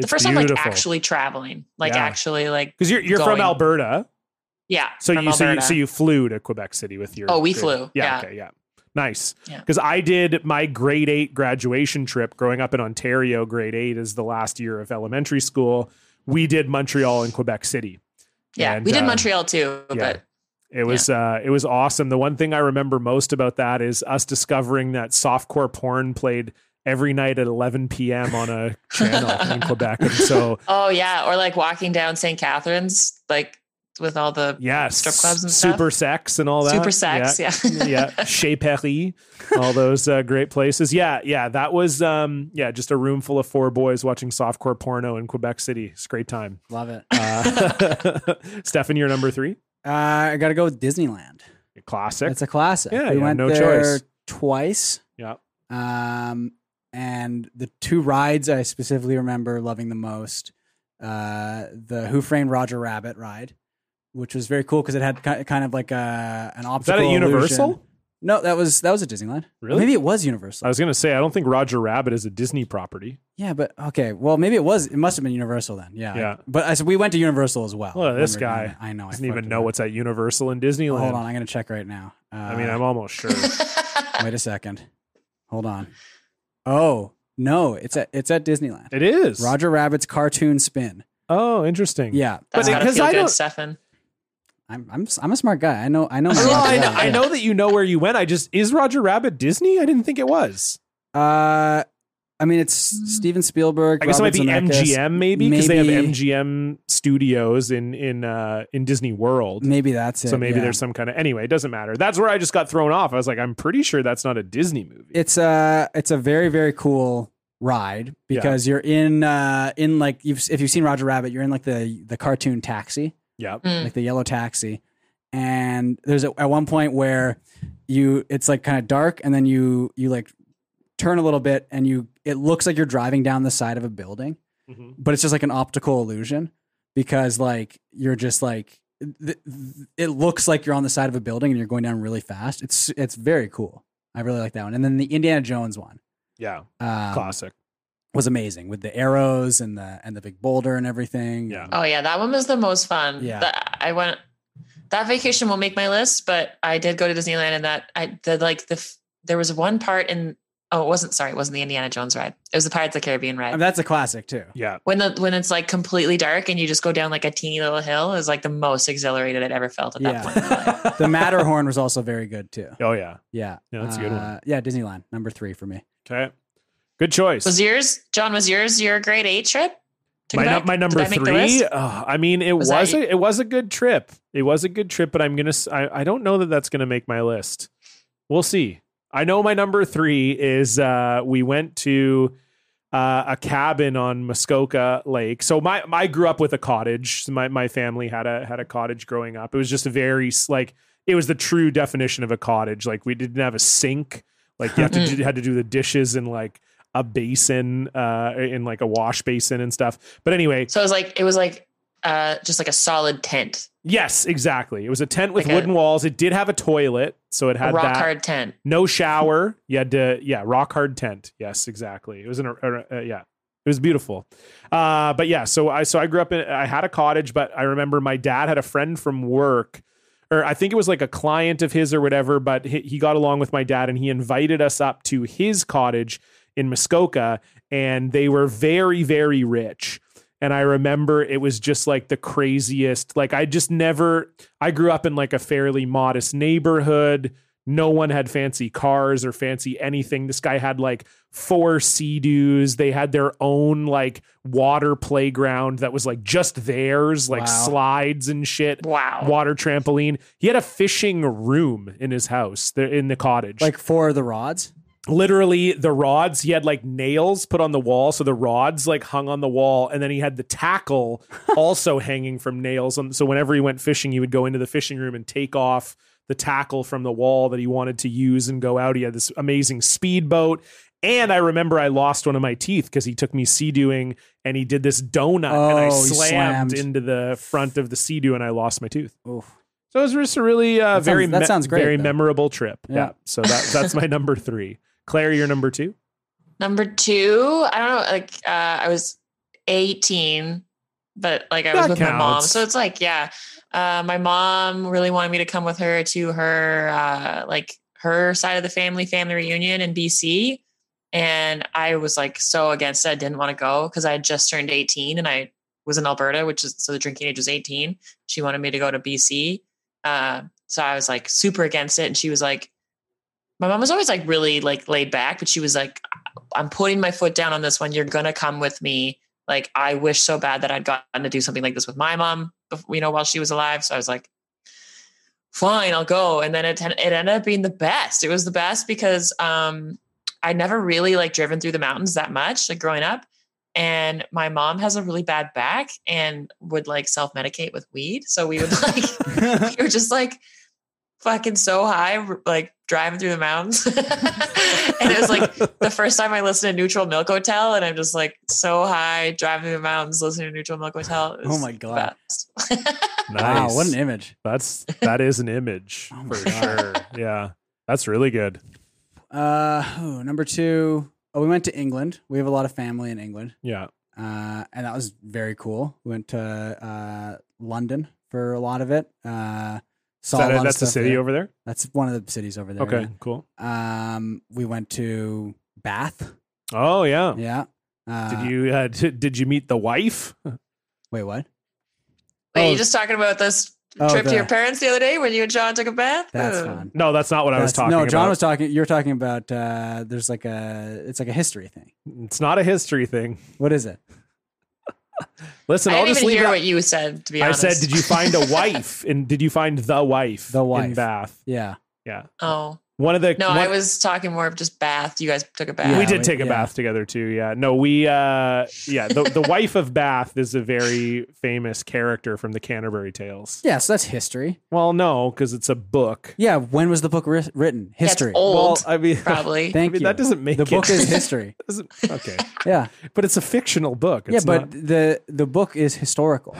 The first time like actually traveling, like
Yeah.
actually like
because you're you're from
going.
Alberta.
yeah.
So
from
you, so you
Alberta.
so you flew to Quebec City with your
Oh, we
your-
flew,
Yeah,
yeah.
okay, yeah. Nice.
Yeah.
Because I did my grade eight graduation trip growing up in Ontario, grade eight is the last year of elementary school. We did Montreal and Quebec City.
yeah
and,
we did
uh,
Montreal too, but
It was uh, it was awesome. The one thing I remember most about that is us discovering that softcore porn played every night at 11 p.m. on a channel in Quebec. And so
oh yeah, or like walking down St. Catharines like with all the
yes,
Strip clubs and stuff?
super sex and all that.
super sex, yeah.
yeah, Chez Perry, all those uh, great places. Yeah, yeah, that was um, yeah, just a room full of four boys watching softcore porno in Quebec City. It's a great time.
Love it.
Uh, Stefan, you're number three,
Uh, I got to go with Disneyland.
classic.
It's a classic.
Yeah,
we
yeah,
went
no
there
choice.
twice.
yeah,
Um, and the two rides I specifically remember loving the most, uh, the Who Framed Roger Rabbit ride, which was very cool because it had ki- kind of like a an
is that
optical.
at
illusion.
Universal?
No, that was that was at Disneyland.
Really?
Maybe it was Universal.
I was gonna say I don't think Roger Rabbit is a Disney property.
yeah, but okay. Well, maybe it was. It must have been Universal then. Yeah.
Yeah.
But I, so we went to Universal as well.
Look at this
Remember
guy.
doing that. I know.
Doesn't
I
even
fucked
know
it up.
what's at Universal and Disneyland.
Hold on, I'm gonna check right now. Uh,
I mean, I'm almost sure.
wait a second. Hold on. Oh no, it's at it's at Disneyland.
it is
Roger Rabbit's cartoon spin.
Oh, interesting.
Yeah, Uh,
But
That's
it-
gotta
'cause
feel
I don't-
good, Stefan.
I'm I'm I'm a smart guy. I know I know. My
Well, I, know,
yeah.
I know that you know where you went. I just is Roger Rabbit Disney? I didn't think it was.
Uh, I mean, it's Steven Spielberg.
I guess it
Robert
might be
Zemeckis.
MGM maybe because they have
Maybe-
MGM studios in in uh, in Disney World.
Maybe that's it.
So maybe
yeah.
there's some kind of anyway. It doesn't matter. That's where I just got thrown off. I was like, I'm pretty sure that's not a Disney movie.
It's a it's a very very cool ride because you're in uh in like you've if you've seen Roger Rabbit, you're in like the the cartoon taxi.
Yep.
Mm.
like the yellow taxi. And there's a, at one point where you it's like kind of dark, and then you you like turn a little bit, and you it looks like you're driving down the side of a building,
Mhm.
but it's just like an optical illusion because like you're just like th- th- it looks like you're on the side of a building and you're going down really fast. It's it's very cool. I really like that one. And then the Indiana Jones one
Yeah.
um,
Classic.
was amazing with the arrows and the and the big boulder and everything.
Yeah.
Oh yeah, that one was the most fun.
Yeah.
That- I went. That vacation will make my list, but I did go to Disneyland, and that I the like the f- there was one part in. Oh, it wasn't. Sorry, it wasn't the Indiana Jones ride. It was the Pirates of the Caribbean ride.
And that's a classic too.
Yeah.
when the when it's like completely dark and you just go down like a teeny little hill is like the most exhilarated I'd ever felt at that point. in my life.
the Matterhorn was also very good too.
Oh yeah.
Yeah. Uh,
Yeah, that's a good one.
Yeah, Disneyland, number three for me.
Okay. Good choice.
Was yours, John? Was yours your grade eight trip? to
my, nu-
Quebec?
my
Did
number
I make the
three.
list?
uh, I mean, it was,
Was that you-
a, it was a good trip. It was a good trip, but I'm gonna. s- I, I don't know that that's gonna make my list. We'll see. I know my number three is uh, we went to uh, a cabin on Muskoka Lake. So my, my I grew up with a cottage. So my my family had a had a cottage growing up. It was just a very s- like it was the true definition of a cottage. Like we didn't have a sink. Like you have
Hmm.
to do, had to do the dishes in like a basin, uh, in like a wash basin and stuff. But anyway,
So it was like it was like uh just like a solid tent,
yes, exactly. It was a tent with
Like a-
wooden walls. It did have a toilet, so it
a
had
rock
that.
hard tent.
No shower. You had to, yeah, rock hard tent. Yes, exactly. It was an, uh, uh, yeah, it was beautiful. Uh, but yeah, so I, so I grew up in, I had a cottage, but I remember my dad had a friend from work, or I think it was like a client of his or whatever, but he, he got along with my dad and he invited us up to his cottage in Muskoka and they were very, very rich. And I remember it was just like the craziest. Like, I just never, I grew up in like a fairly modest neighborhood. No one had fancy cars or fancy anything. This guy had like four sea-doos. They had their own like water playground that was like just theirs, like
Wow.
slides and shit,
Wow.
water trampoline. He had a fishing room in his house, there in the cottage
Like four of the rods.
literally the rods he had like nails put on the wall so the rods like hung on the wall and then he had the tackle also hanging from nails on so whenever he went fishing he would go into the fishing room and take off the tackle from the wall that he wanted to use and go out he had this amazing speedboat and I remember I lost one of my teeth because he took me sea doing and he did this donut and I
Oh, he
slammed,
slammed.
into the front of the sea doo and I lost my tooth.
Oof.
So it was just a really uh,
That sounds-
very
that
me-
sounds great,
very
though.
memorable trip. Yeah.
Yeah.
So that that's my number three. Claire, your number two.
Number two, I don't know, like uh I was 18, but like I was
That
with my mom.
counts.
So it's like, yeah. Uh my mom really wanted me to come with her to her uh like her side of the family family reunion in BC. And I was like so against it. I didn't want to go because I had just turned 18 and I was in Alberta, which is so the drinking age was 18. She wanted me to go to BC. Uh, so I was like super against it. And she was like, my mom was always like really like laid back, but she was like, I'm putting my foot down on this one. You're gonna come with me. Like I wish so bad that I'd gotten to do something like this with my mom, bef- you know, while she was alive. So I was like, fine, I'll go. And then it it ended up being the best. It was the best because um, I never really like driven through the mountains that much, like growing up. And my mom has a really bad back and would like self medicate with weed. So we would like we were just like fucking so high, like driving through the mountains. and it was like the first time I listened to Neutral Milk Hotel, and I'm just like so high, driving through the mountains, listening to Neutral Milk Hotel. It
Oh
was
my
the
God.
best.
Wow, what an image.
that's that is an image
Oh my
for
God.
sure. Yeah, that's really good.
Uh, oh, number two. Oh, we went to England. We have a lot of family in England,
Yeah,
uh, and that was very cool. We went to uh, London for a lot of it. Uh,
Is
saw
that it?
a lot of
that's the
stuff
city
there.
over there.
That's one of the cities over there.
okay, cool.
yeah. Um, we went to Bath.
Oh yeah.
Yeah. Uh,
Did you uh, t- did you meet the wife?
wait? What?
Wait,
Oh.
you just talking about this
Oh,
Trip
the-
to your parents the other day when you and John took a bath.
That's
Ugh.
fun.
No, that's not what I was
That's-
talking
No, John
about.
was talking. You're talking about. Uh, there's like a. It's like a history thing.
it's not a history thing.
What is it?
Listen,
I
I'll
didn't
just
even
leave
hear
that-
what you said. To be
I
honest,
said, did you find a wife? And did you find the wife?
The
in
wife.
Bath.
Yeah.
Yeah,
Oh
one of the.
no,
one-
I was talking more of just bath. You guys took a bath.
we
Yeah,
did
we-
take a
yeah.
bath together too. Yeah. No, we. uh Yeah, the the wife of Bath is a very famous character from the Canterbury Tales.
Yeah. So that's history.
Well, no, because it's a book.
Yeah. When was the book wri- written?
That's
History.
old,
Well, uh, I mean,
probably.
Thank
I mean,
you.
that doesn't make
the
it-
book is history.
doesn't- okay,
Yeah.
but it's a fictional book.
yeah.
It's
But
not-
the the book is historical.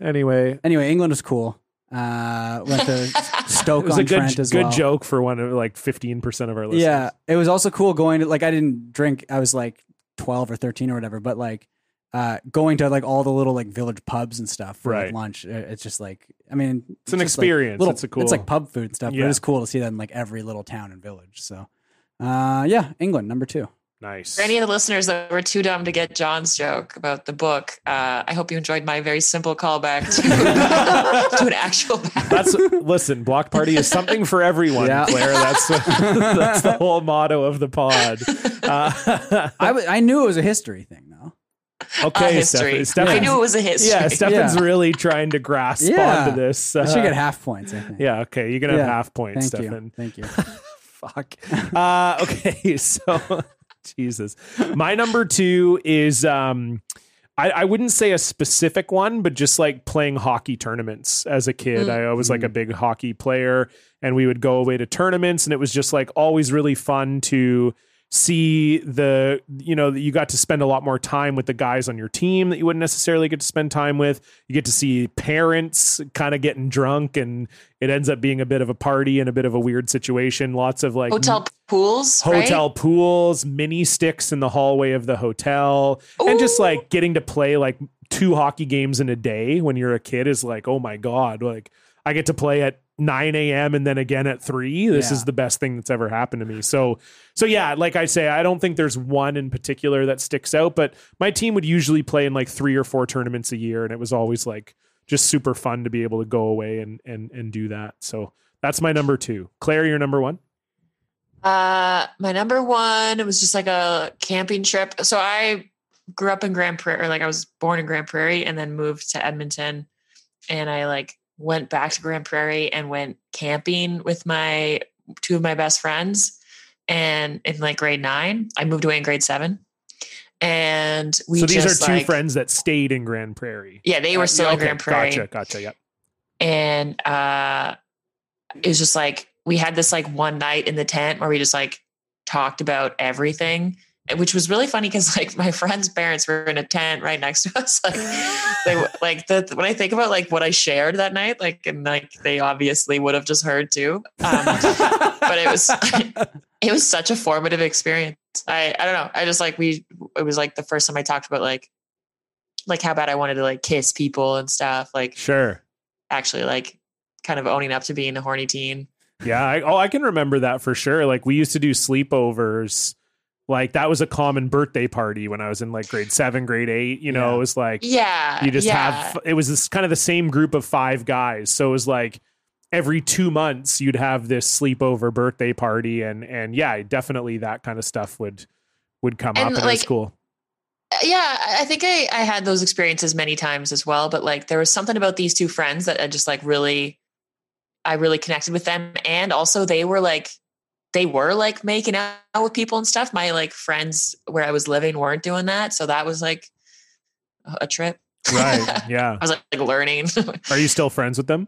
anyway,
Anyway, England was cool. Uh, went to Stoke
it was
on
a good
Trent as
good
well.
joke for one of like fifteen percent of our listeners.
Yeah, it was also cool going to like I didn't drink. I was like twelve or thirteen or whatever, but like uh, going to like all the little like village pubs and stuff for
Right.
like, lunch. it- It's just like I mean, it's,
an
just, like,
experience.
little,
It's a cool-
It's like pub food and stuff. But
Yeah.
it is cool to see that in like every little town and village. So, uh, yeah, England number two.
nice.
For any of the listeners that were too dumb to get John's joke about the book, uh, I hope you enjoyed my very simple callback to, to an actual bath.
That's listen. Block party is something for everyone,
Yeah.
Claire. That's that's the whole motto of the pod. Uh,
I w- I knew it was a history thing though.
Uh,
okay,
history.
Stefan. Stefan-
I knew it was a history.
yeah, Stefan's
Yeah.
really trying to grasp
Yeah.
onto this.
I should
Uh,
get half points. I think.
yeah, okay, you're gonna have
Yeah.
half points,
Thank
Stefan.
you. Thank you.
Fuck. Uh, okay, so Jesus, my number two is um, I, I wouldn't say a specific one, but just like playing hockey tournaments as a kid. I was like a big hockey player, and we would go away to tournaments, and it was just like always really fun to see the you know that you got to spend a lot more time with the guys on your team that you wouldn't necessarily get to spend time with you get to see parents kind of getting drunk and it ends up being a bit of a party and a bit of a weird situation lots of like
Hotel pools. right?
hotel pools, mini sticks in the hallway of the hotel, and just
Ooh.
like getting to play like two hockey games in a day when you're a kid is like, oh my god, like I get to play at 9 a.m. and then again at three. This
Yeah.
is the best thing that's ever happened to me. So, so yeah, like I say, I don't think there's one in particular that sticks out, but my team would usually play in like three or four tournaments a year, and it was always like just super fun to be able to go away and and and do that. So that's my number two. Claire, your number one.
Uh, my number one it was just like a camping trip. So I grew up in Grand Prairie, or like I was born in Grand Prairie, and then moved to Edmonton, and I like went back to Grand Prairie and went camping with my two of my best friends. And in like grade nine, I moved away in grade seven, and we.
so these
just,
are two
like-
friends that stayed in Grand Prairie.
Yeah, they were still in
Okay,
Grand Prairie
Gotcha, gotcha. Yep.
and uh it was just like we had this like one night in the tent where we just like talked about everything which was really funny because like my friend's parents were in a tent right next to us like they like the when i think about like what i shared that night like and like they obviously would have just heard too um but it was it was such a formative experience i i don't know i just like we it was like the first time i talked about like like how bad i wanted to like kiss people and stuff like
Sure.
actually like kind of owning up to being a horny teen.
Yeah. I, oh, I can remember that for sure. Like we used to do sleepovers. Like that was a common birthday party when I was in like grade seven, grade eight. You know,
Yeah.
it was like
Yeah.
you just
yeah.
have. It was this kind of the same group of five guys. So it was like every two months you'd have this sleepover birthday party, and and yeah, definitely that kind of stuff would would come
And,
up. And it was
like,
cool.
yeah, I I think I, I had those experiences many times as well, but like there was something about these two friends that I just like really I really connected with them. And also they were like they were like making out with people and stuff. My like friends where I was living weren't doing that. So that was like a trip.
Right. Yeah.
I was like learning.
Are you still friends with them?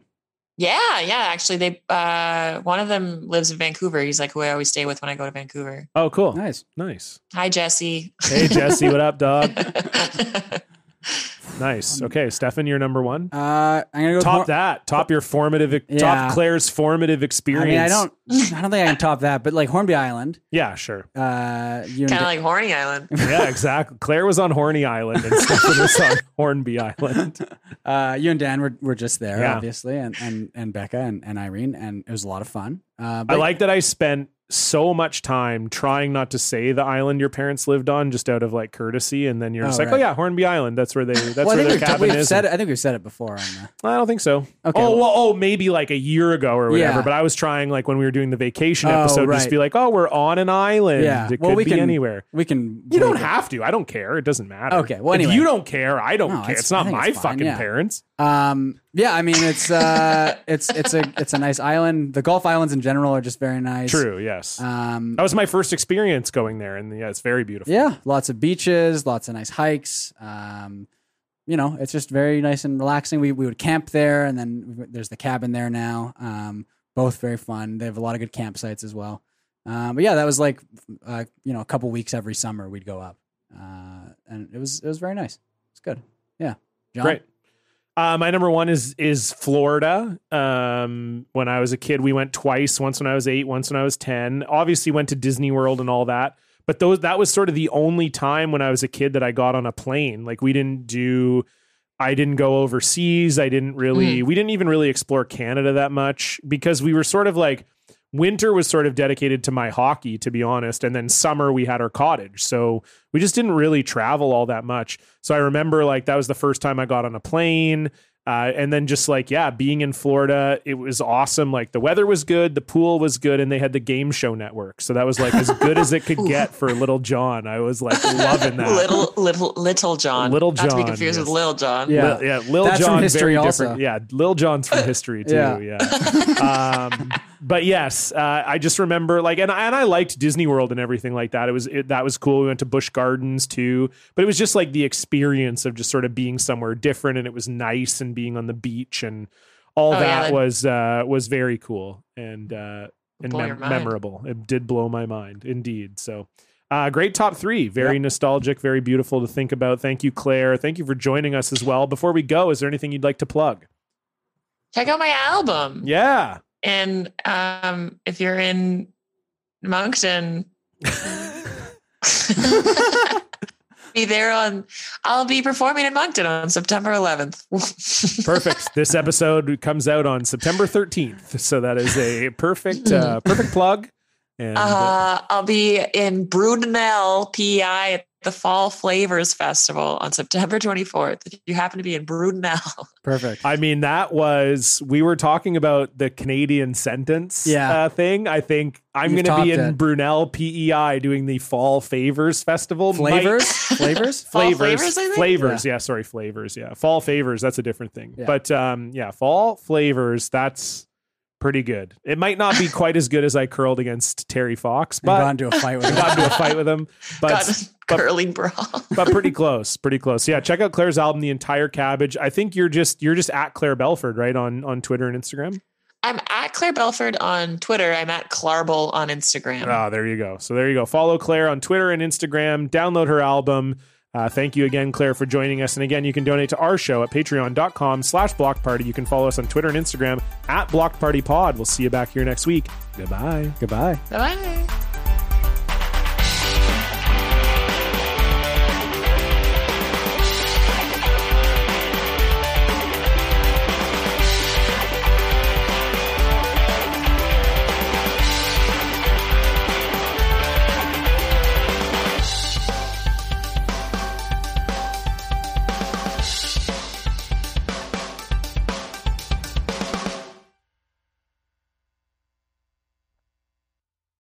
yeah, yeah. Actually they uh one of them lives in Vancouver. He's like who I always stay with when I go to Vancouver.
Oh, cool.
Nice.
Nice.
Hi Jesse.
Hey, Jesse. What up, dog?
I
Nice. Okay, Stefan, you're number one.
Uh, I'm gonna go with
top
more-
that. Top your formative. e-
Yeah.
Top Claire's formative
I
experience.
mean, I don't. I don't think I can top that. But like Hornby Island.
Yeah, sure.
Uh, you
kind of
and
like Horny Island.
Yeah, exactly. Claire was on Horny Island and Stefan was on Hornby Island.
Uh, you and Dan were, were just there,
Yeah.
obviously, and, and, and Becca and, and Irene, and it was a lot of fun. Uh,
I
but
like that I spent so much time trying not to say the island your parents lived on just out of like courtesy and then you're
Oh,
just like
right.
oh yeah hornby island that's where they that's
well,
where
I think
their
we've, t-
cabin
we've
is
said it. I think we've said it before. On the,
i don't think so
Okay,
oh
well-
well, oh maybe like a year ago or whatever
Yeah.
but i was trying like when we were doing the vacation
Oh,
episode just
right.
be like oh we're on an island
yeah.
it
well,
could
we
be
can
anywhere
We can.
you don't
bleep it.
have to i don't care it doesn't matter
Okay, well, anyway.
if you don't care i don't
No,
care
it's-
it's, not
I think
my
it's fine,
fucking
yeah.
parents
Um, yeah, I mean it's uh, it's it's a it's a nice island. The Gulf Islands in general are just very nice.
true yes
Um,
that was my first experience going there and yeah it's very beautiful
yeah, lots of beaches, lots of nice hikes. Um, you know, it's just very nice and relaxing. We we would camp there, and then there's the cabin there now. Um, both very fun. They have a lot of good campsites as well. Um, but yeah, that was like uh, you know a couple weeks every summer we'd go up, uh, and it was it was very nice. It's good. Yeah, John?
Great. Uh, my number one is is Florida. Um, when I was a kid, we went twice. Once when I was eight, once when I was ten. Obviously, went to Disney World and all that. But those that was sort of the only time when I was a kid that I got on a plane. Like we didn't do, I didn't go overseas. I didn't really. We didn't even really explore Canada that much because we were sort of like winter was sort of dedicated to my hockey, to be honest. And then summer, we had our cottage. So we just didn't really travel all that much. So I remember like that was the first time I got on a plane. Uh, and then just like, yeah, being in Florida, it was awesome. Like the weather was good, the pool was good, and they had the game show network. So that was like as good as it could get for little John. I was like loving that.
Little little little John.
Little
Not to be
John, yes.
confused with Lil John.
Yeah.
Lil, yeah, Lil
That's from
John.
history
very
also.
different. Yeah, Lil John's from history too.
Yeah.
yeah. um, but yes, uh, I just remember like, and and I liked Disney World and everything like that. It was it, that was cool. We went to Busch Gardens too, but it was just like the experience of just sort of being somewhere different, and it was nice and being on the beach and all that,
Oh, yeah, that-
was uh, was very cool and uh, and
Blow
mem-
your mind.
memorable. It did blow my mind indeed. So. Uh, great top three. Very nostalgic, very beautiful to think about. Thank you, Claire. Thank you for joining us as well. Before we go, is there anything you'd like to plug?
Check out my album.
Yeah.
And um, if you're in Moncton, be there on. I'll be performing in Moncton on September 11th.
Perfect. this episode comes out on September 13th. So that is a perfect, uh,
Hmm.
perfect plug. And uh,
Uh, I'll be in Brudenell, PEI, at the Fall Flavors Festival on September 24th. If you happen to be in Brudenell,
Perfect.
I mean, that was, we were talking about the Canadian sentence
Yeah.
uh, thing. I think I'm
You've
going to be
topped
in
it.
Brunel PEI doing the Fall Favors Festival. Might-
Flavors, flavors.
Fall
flavors,
Flavors, I think?
Flavors, yeah. sorry, flavors, yeah. Fall favors, that's a different thing.
Yeah.
But um, yeah, fall flavors, that's pretty good. It might not be quite as good as I curled against Terry Fox,
We got
but
into a fight with.
got into a fight with him. But
got
but-
curly bra.
but pretty close, pretty close. Yeah, check out Claire's album, The Entire Cabbage. I think you're just you're just at Claire Belford, right on on Twitter and Instagram.
I'm at Claire Belford on Twitter. I'm at Clarble on Instagram.
Ah, there you go. So there you go. Follow Claire on Twitter and Instagram. Download her album. Uh, thank you again, Claire, for joining us. And again, you can donate to our show at patreon.com slash block party. You can follow us on Twitter and Instagram at block party pod. We'll see you back here next week. Goodbye.
Goodbye.
Bye.